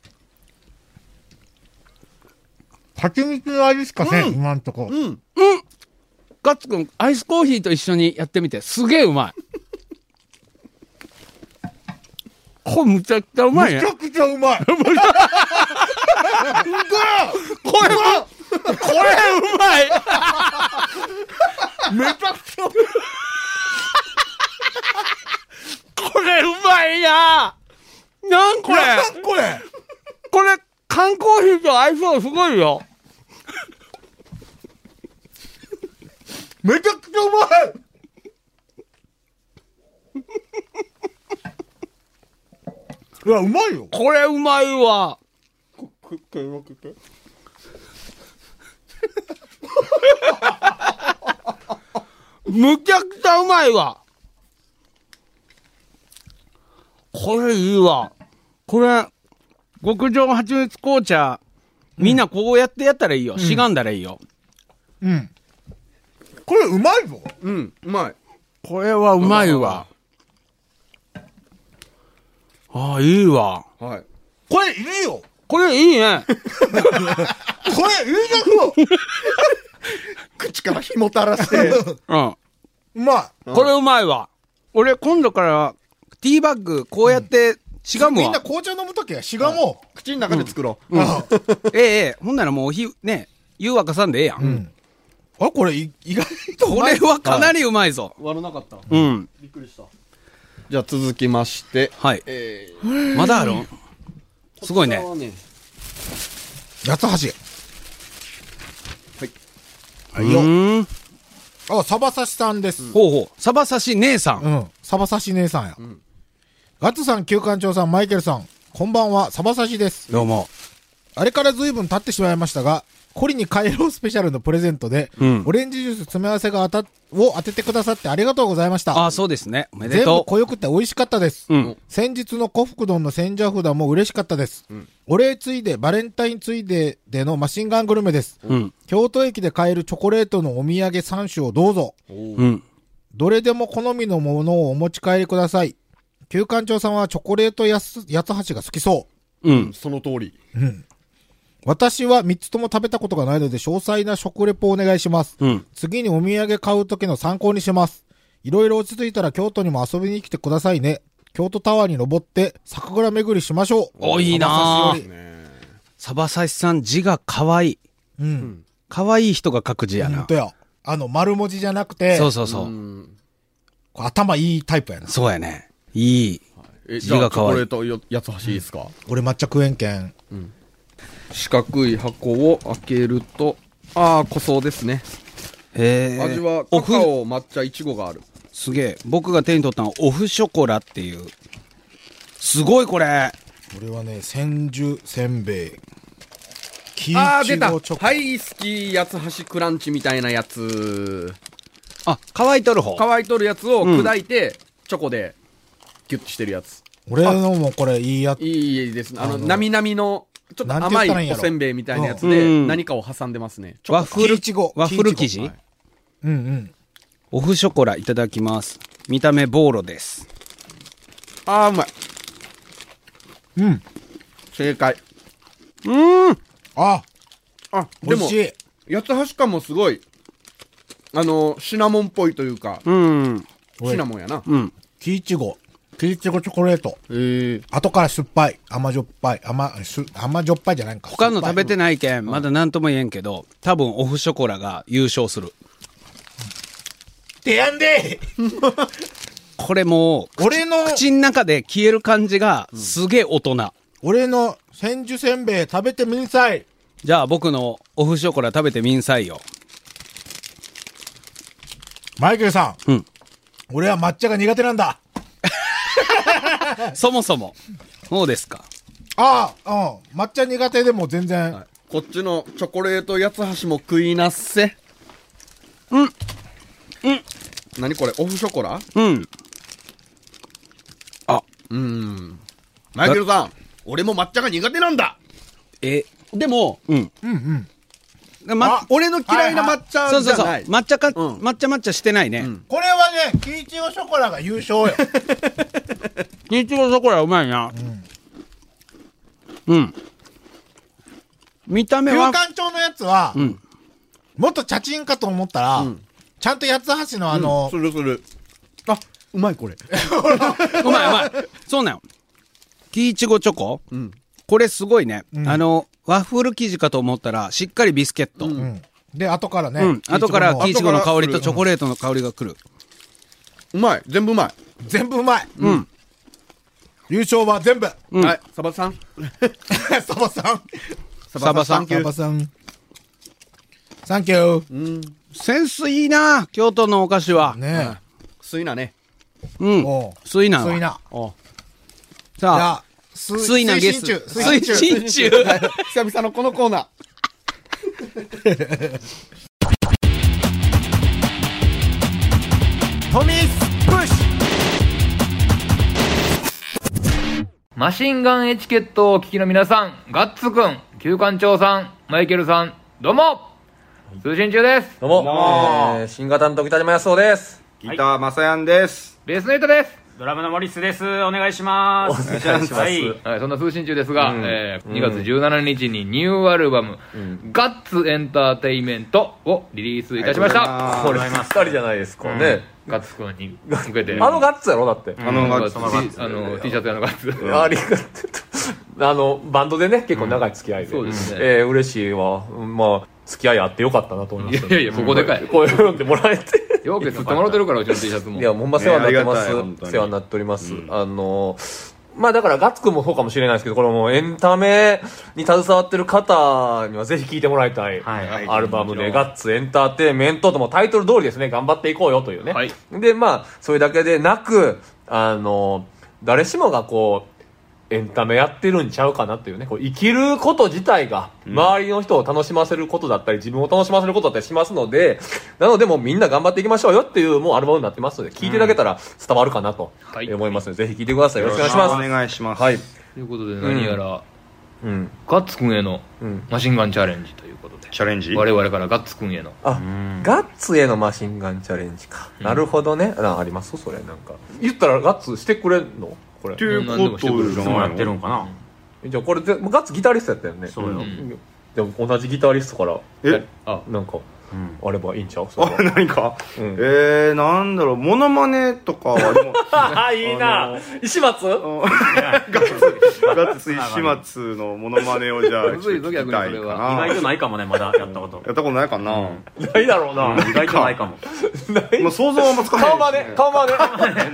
Speaker 2: 蜂蜜の味しかせ
Speaker 3: うん
Speaker 2: ん、今んとこ。
Speaker 3: うん。
Speaker 4: ガッツくん、アイスコーヒーと一緒にやってみて、すげえうまい。これむちゃくちゃうまい
Speaker 2: め
Speaker 4: ね
Speaker 2: ち。ゃくちゃうまい。
Speaker 4: これは、これうま いめちゃくちゃうまい。これうまいななんこれ
Speaker 2: なんこれ
Speaker 4: これ、缶コーヒーと相性すごいよ。
Speaker 2: めちゃくちゃうまいいや、うまいよ。
Speaker 4: これうまいわ。
Speaker 3: くっけうまくっけ。
Speaker 4: むちゃくちゃうまいわ。これいいわ。これ、極上蜂蜜紅茶、みんなこうやってやったらいいよ。しがんだらいいよ。
Speaker 2: うん。これうまいぞ。
Speaker 3: うん。うまい。
Speaker 4: これはうまいわ。ああ、いいわ。
Speaker 3: はい。
Speaker 2: これいいよ。
Speaker 4: これいい ね。
Speaker 2: これいいですよ。
Speaker 3: 口からひもたらして。
Speaker 4: うん。
Speaker 2: うま
Speaker 4: これうまいわ。俺今度から、ティーバッグ、こうやって、しが
Speaker 2: い。
Speaker 4: む
Speaker 2: みんな
Speaker 4: わ。
Speaker 2: 紅茶飲むときはしがも
Speaker 3: 口の中で作ろう。
Speaker 2: う。あ
Speaker 4: ええ、ええ、ほんならもうおひ、ね、湯沸かさんでええやん。
Speaker 2: あ、これい意外とう
Speaker 4: こ
Speaker 2: まい
Speaker 4: れはかなりうまいぞ。
Speaker 3: 割らなかった。
Speaker 4: うん。
Speaker 3: びっくりした。じゃあ続きまして。
Speaker 4: はい。
Speaker 3: え
Speaker 4: まだあるんすごいね。
Speaker 3: ね。
Speaker 2: 八つ橋。
Speaker 4: う
Speaker 2: はい。よ。
Speaker 4: ーん。
Speaker 2: あ、サバサシさんです。
Speaker 4: ほうほう。サバサシ姉さん。
Speaker 2: うん。サバサシ姉さんや。ガッツさん、旧館長さん、マイケルさん、こんばんは、サバサシです。
Speaker 4: どうも。
Speaker 2: あれから随分経ってしまいましたが、コリに帰ろうスペシャルのプレゼントで、
Speaker 4: うん
Speaker 2: オレンジジュース詰め合わせが当た、を当ててくださってありがとうございました。
Speaker 4: あ、そうですね。おめで
Speaker 2: 全部
Speaker 4: と
Speaker 2: 濃よくて美味しかったです。
Speaker 4: う。うん。
Speaker 2: 先日の古福丼の千社札も嬉しかったです。お礼ついで、バレンタインついででのマシンガングルメです。
Speaker 4: うん。
Speaker 2: 京都駅で買えるチョコレートのお土産3種をどうぞ。
Speaker 4: うん。
Speaker 2: どれでも好みのものをお持ち帰りください。旧館長さんはチョコレートやす八つ橋が好きそう。
Speaker 4: うん。
Speaker 3: その通り。
Speaker 2: 私は3つとも食べたことがないので詳細な食レポをお願いします。
Speaker 4: うん。
Speaker 2: 次にお土産買う時の参考にします。いろいろ落ち着いたら京都にも遊びに来てくださいね。京都タワーに登って桜巡りしましょう。
Speaker 4: おいいなあ
Speaker 2: 浜刺しよ
Speaker 4: サバサシさん字が可愛い。
Speaker 2: りうん。
Speaker 4: 可愛い人が書く字や
Speaker 2: ほん
Speaker 4: な
Speaker 2: と。や。あの、丸文字じゃなくて、
Speaker 4: そうそうそうう。
Speaker 3: ん。
Speaker 2: こう頭いいタイプやな。
Speaker 4: そうやね。いい。
Speaker 3: え、
Speaker 4: 字
Speaker 3: じゃ
Speaker 4: が
Speaker 3: あ、チョ
Speaker 4: 可
Speaker 3: コ
Speaker 4: 愛
Speaker 3: レ
Speaker 4: い
Speaker 3: ートよやつ欲しいですか
Speaker 2: 俺抹茶食えんけん。
Speaker 3: 四角い箱を開けると、ああ、個装ですね。
Speaker 4: へえ。
Speaker 3: 味は
Speaker 4: オ
Speaker 3: カ
Speaker 4: フ
Speaker 3: カオ、抹茶、いちごがある。
Speaker 4: すげえ。僕が手に取ったのはオフショコラっていう。すごいこれ。
Speaker 2: 俺はね、千住せんべい。キイ
Speaker 3: ああ、
Speaker 2: チ
Speaker 3: 出た。
Speaker 2: ゴチョコ。
Speaker 3: はい、好き、八つ橋クランチみたいなやつ。
Speaker 4: あ、可愛いとる方。
Speaker 3: 乾いとるやつを砕いて、チョコで、ギュッとしてるやつ。
Speaker 2: 俺のもこれいいやつ。
Speaker 3: いいですね。あ
Speaker 2: あ
Speaker 3: の、
Speaker 2: の
Speaker 3: なみなみの、ちょっと
Speaker 2: なんて言っ
Speaker 3: 甘
Speaker 2: たらいいん
Speaker 3: い
Speaker 2: や
Speaker 3: お
Speaker 2: ろ
Speaker 3: せんべいみたいなやつ
Speaker 4: うん
Speaker 3: で、何かを挟んでますね。
Speaker 4: ワッフ
Speaker 2: キ
Speaker 4: ル
Speaker 2: イチゴ、
Speaker 4: ワッフル生
Speaker 2: キイチゴ
Speaker 4: 地
Speaker 3: はい
Speaker 2: うんうん。
Speaker 4: オフショコラいただきます。見た目ボーロです。
Speaker 3: ああ、うまい。
Speaker 2: うん。
Speaker 3: 正解。
Speaker 2: あ、
Speaker 3: あ、
Speaker 2: 美
Speaker 3: で
Speaker 2: 味
Speaker 3: も
Speaker 2: し、い。
Speaker 3: 八つ橋感もすごい、あの、シナモンっぽいというか、
Speaker 4: うん。
Speaker 2: おい
Speaker 3: シナモンやな。
Speaker 4: うん。
Speaker 2: キイチゴ。キイチゴチョコレート。
Speaker 3: へえ。
Speaker 2: 後から酸っぱい。甘じょっぱい。甘、す甘じょっぱいじゃないんか。
Speaker 4: 他の
Speaker 2: 酸
Speaker 4: 食
Speaker 2: っぱ
Speaker 4: べ
Speaker 2: い
Speaker 4: てないけん、まだ何とも言えんけど、多分オフショコラが優勝する。
Speaker 2: てやんで
Speaker 4: これもう、
Speaker 2: 俺の、
Speaker 4: 口の中で消える感じがすげえ大人。
Speaker 2: 俺の千住せんべい食べてみんさい。
Speaker 4: じゃあ僕のオフショコラ食べてみんさいよ。
Speaker 2: マイケルさん。
Speaker 4: うん
Speaker 2: 俺は抹茶が苦手なんだ。
Speaker 4: そもそも。そうですか。
Speaker 2: ああ、うん。抹茶苦手でも全然。
Speaker 3: こっちのチョコレート八つ橋も食いなっせ。
Speaker 4: うん。うん。
Speaker 3: 何これオフショコラ
Speaker 4: うん。あ、
Speaker 3: うん。マイケルさん、俺も抹茶が苦手なんだ
Speaker 4: え、でも、うん。
Speaker 2: うんうん。
Speaker 4: でま
Speaker 2: あ、
Speaker 3: 俺の嫌いな抹茶
Speaker 4: そう
Speaker 3: じ
Speaker 4: そう
Speaker 3: ゃ
Speaker 4: そう。
Speaker 3: ない。
Speaker 4: 抹茶か、
Speaker 3: ん
Speaker 4: 抹茶抹茶してないね。
Speaker 2: これはね、キイチゴショコラが優勝よ。
Speaker 4: いちごショコラうまいな。うん。見た目
Speaker 2: 旧
Speaker 4: は、
Speaker 2: 館長のやつは、
Speaker 4: ん
Speaker 2: もっと茶チンかと思ったら、ちゃんと八つ橋のあの、
Speaker 3: するする。あ、うまいこれ。
Speaker 4: うまいうまい。そうなんよ。キイチゴチョコ
Speaker 3: ん
Speaker 4: これすごいね。あの、ワッフル生地かと思ったら、しっかりビスケット。う。
Speaker 2: うんんで、後からね、
Speaker 4: 後からキイチゴの香りと
Speaker 3: 後からする
Speaker 4: チョコレートの香りが来る。
Speaker 3: うまい。全部うまい。
Speaker 2: 全部うまい。
Speaker 4: うん。
Speaker 2: 優勝は全部。
Speaker 4: うん
Speaker 3: はい。サバさ ん。
Speaker 2: サバさん。
Speaker 4: サバ
Speaker 2: サ
Speaker 3: サ
Speaker 4: さん
Speaker 3: ンキュ
Speaker 2: バ
Speaker 3: ー
Speaker 2: さん。サンキュー。
Speaker 4: センスいいな京都のお菓子は。
Speaker 2: ね
Speaker 3: すいなね。
Speaker 4: うん。
Speaker 2: おう
Speaker 4: すい
Speaker 2: え。
Speaker 4: な。
Speaker 2: 水な。
Speaker 3: あ
Speaker 2: じ
Speaker 4: さ
Speaker 2: ゃ
Speaker 4: あ、
Speaker 2: あ、水
Speaker 4: すいなゲス
Speaker 2: 水。中。
Speaker 4: 水
Speaker 2: 水中。
Speaker 4: 珍中。
Speaker 3: 久々のこのコーナー。
Speaker 2: トミースプッシュ
Speaker 1: マシンガンエチケットをお聞きの皆さん、ガッツくん、旧館長さん、マイケルさん、どうも通信中です
Speaker 5: どうも、えー、新型の時田島康夫です。
Speaker 6: ギター、まさやんです。
Speaker 1: ベースのイトです
Speaker 6: ドラムのモリスです。お願いします。お
Speaker 5: 願いします
Speaker 6: はい。
Speaker 1: はい、そんな通信中ですが、えー2月17日にニューアルバム、ガッツエンターテイメントをリリースいたしました。
Speaker 6: あ
Speaker 5: こ
Speaker 6: りがとうご
Speaker 5: れ
Speaker 6: ざい
Speaker 5: 二
Speaker 6: ます。
Speaker 5: 人じゃないですかね。
Speaker 1: ガッツくんに向けて。
Speaker 5: あのガッツやろだって。
Speaker 6: あの、
Speaker 1: ガッ
Speaker 6: ガ
Speaker 1: ツ
Speaker 6: そのガッツ
Speaker 1: あの、T シャツ屋のガッツ。
Speaker 5: ありがとう。 あの、バンドでね、結構長い付き合いで。
Speaker 1: うんそうですね
Speaker 5: えー、嬉しいわ。うんまあ、付き合いあってよかったなと思いました、
Speaker 1: いやいやそこでかい
Speaker 5: こういうのってもらえて。
Speaker 1: よく吸ってもらってるから、うちの T シャツも。
Speaker 5: いや、ほんま世話になってま
Speaker 6: ねありがたい本当
Speaker 5: す。
Speaker 6: に
Speaker 5: 世話になっております。あの、まあだから、ガッツくんもそうかもしれないですけど、これもうエンタメに携わってる方にはぜひ聴いてもらいたい。
Speaker 6: はい
Speaker 5: アルバムで、
Speaker 6: ガッ
Speaker 5: ガッツエンターテイメントともタイトル通りですね、頑張っていこうよというね。
Speaker 1: はい
Speaker 5: で、まあ、それだけでなく、あの、誰しもがこう、エンタメやってるんちゃうかなっていうね、こう生きること自体が、周りの人を楽しませることだったり、自分を楽しませることだったりしますので、なのでもうみんな頑張っていきましょうよっていう、もうアルバムになってますので、聞いていただけたら伝わるかなと
Speaker 1: はい
Speaker 5: 思いますので、ぜひ聞いてください。よろしくお願いします。
Speaker 6: お願いします。
Speaker 5: はい。
Speaker 1: ということで何やら、
Speaker 5: うん。
Speaker 1: ガッツくんへの
Speaker 5: うん。
Speaker 1: マシンガンチャレンジということで、
Speaker 6: チャレンジ
Speaker 1: 我々からガッツくんへの
Speaker 5: あ、ガッツへのマシンガンチャレンジか。なるほどね。なありますそれ、なんか。言ったらガッツしてくれんのこれ
Speaker 6: って。いうことじゃ
Speaker 1: そう
Speaker 6: な
Speaker 1: や
Speaker 6: いの
Speaker 1: ってる
Speaker 6: んかな
Speaker 5: じゃあこれぜ、ガッツギタリストやったよね。
Speaker 6: そうよ。
Speaker 1: ん
Speaker 5: でも同じギタリストから、
Speaker 6: え
Speaker 5: あ、なんか、
Speaker 6: うん
Speaker 5: あればいいんち ゃうそれ
Speaker 6: あ
Speaker 5: は、
Speaker 6: 何か
Speaker 5: うん
Speaker 6: えー、なんだろう、モノマネとかはでも、
Speaker 5: あ、いいな石松
Speaker 6: ガッツ石松のモノマネをじゃあ、
Speaker 1: むずい
Speaker 6: 聞
Speaker 1: ぞ
Speaker 6: きたい
Speaker 1: 逆にそ
Speaker 6: か
Speaker 1: れは
Speaker 6: な。
Speaker 7: 意外
Speaker 6: や
Speaker 7: とないかもねま だやったこと
Speaker 6: ったことないかな。
Speaker 5: ないだろうな。
Speaker 7: 意外とないかも
Speaker 6: まあ想像はあんまつかない。
Speaker 5: 顔真似顔真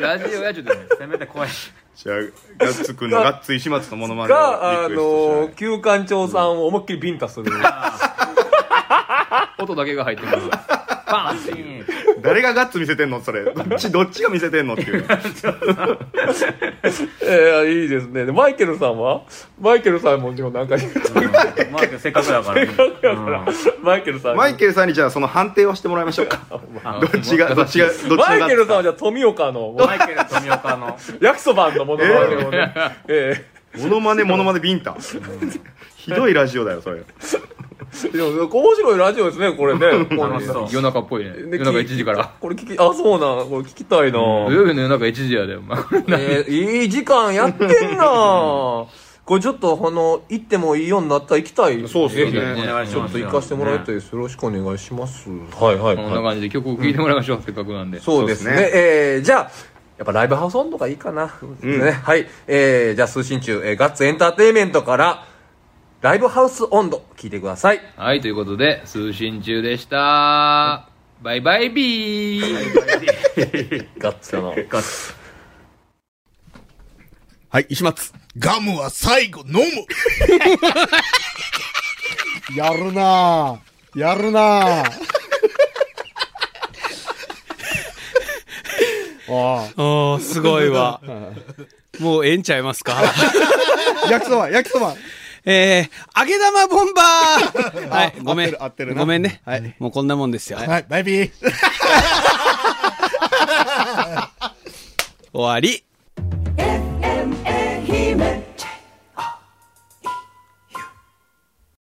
Speaker 1: ラジオやちょっとね
Speaker 7: せめて 怖いし
Speaker 6: じゃあ、ガッツくんのガッツ石松のモノマ
Speaker 5: 似
Speaker 6: ネを
Speaker 5: が、あ
Speaker 6: リクエスト
Speaker 5: の、旧館長さんを思いっきりビンタする。
Speaker 1: 音だけが入ってくる
Speaker 7: バーンっていう
Speaker 6: したい誰がガッツ見せてんのそれ。どっち、どっちが見せてんのっていう。
Speaker 5: えー、いいですね。でマイケルさんはマイケルさんもでもなんか言うと
Speaker 7: マークせっかくだからね
Speaker 5: マイケルさん。
Speaker 6: マイケルさんにじゃあその判定をしてもらいましょうか。どっちが、どっちが、どっちが
Speaker 5: マイケルさんは
Speaker 6: ん。
Speaker 5: じゃあ富岡の
Speaker 7: マイケル富岡の
Speaker 5: 焼きそばのものまねをね。え
Speaker 6: モノマネ、モノマネ、ビン タ。ひどいラジオだよ、それ。
Speaker 5: えでも、面白いラジオですね、これね。
Speaker 7: 楽しそう
Speaker 1: 夜中っぽいね
Speaker 5: で
Speaker 1: 夜中1時から。
Speaker 5: これ聞き、あ、そうなん。これ聞きたいな。
Speaker 1: 土曜日の夜中1時やでお前
Speaker 5: えーいい時間やってんな これちょっと、あの、行ってもいいようになったら行きたい。
Speaker 6: そうっすよね
Speaker 5: ぜひ
Speaker 7: お願いし
Speaker 5: ちょ
Speaker 7: ま
Speaker 5: っ
Speaker 7: す
Speaker 5: と行かせてもらいたいです。よろしくお願いします。はいはい、
Speaker 1: こんな感じで曲を聴いてもらいましょう、せっかくなんで
Speaker 5: そうですね。
Speaker 6: そうで
Speaker 5: えーじゃあ、やっぱライブハウス音とかいいかな。ね。はい。えーじゃあ、通信中、えーガッツエンターテインメントから、ライブハウス温度聞いてください。
Speaker 1: はいということで通信中でしたバイバイビー
Speaker 5: ガッツだな。
Speaker 3: はい、石松。
Speaker 2: ガムは最後飲む
Speaker 3: やるなぁ。やるなぁ。あ
Speaker 4: ああ、すごいわ。 もうええんちゃいますか
Speaker 3: あ。 焼きそば、焼きそば。
Speaker 4: えー、揚げ玉ボンバ ーはい、ごめん。
Speaker 3: 合ってる合ってるな
Speaker 4: ごめんね。
Speaker 3: はい
Speaker 4: もうこんなもんです よ。
Speaker 2: はい、バイビー
Speaker 4: 終わり。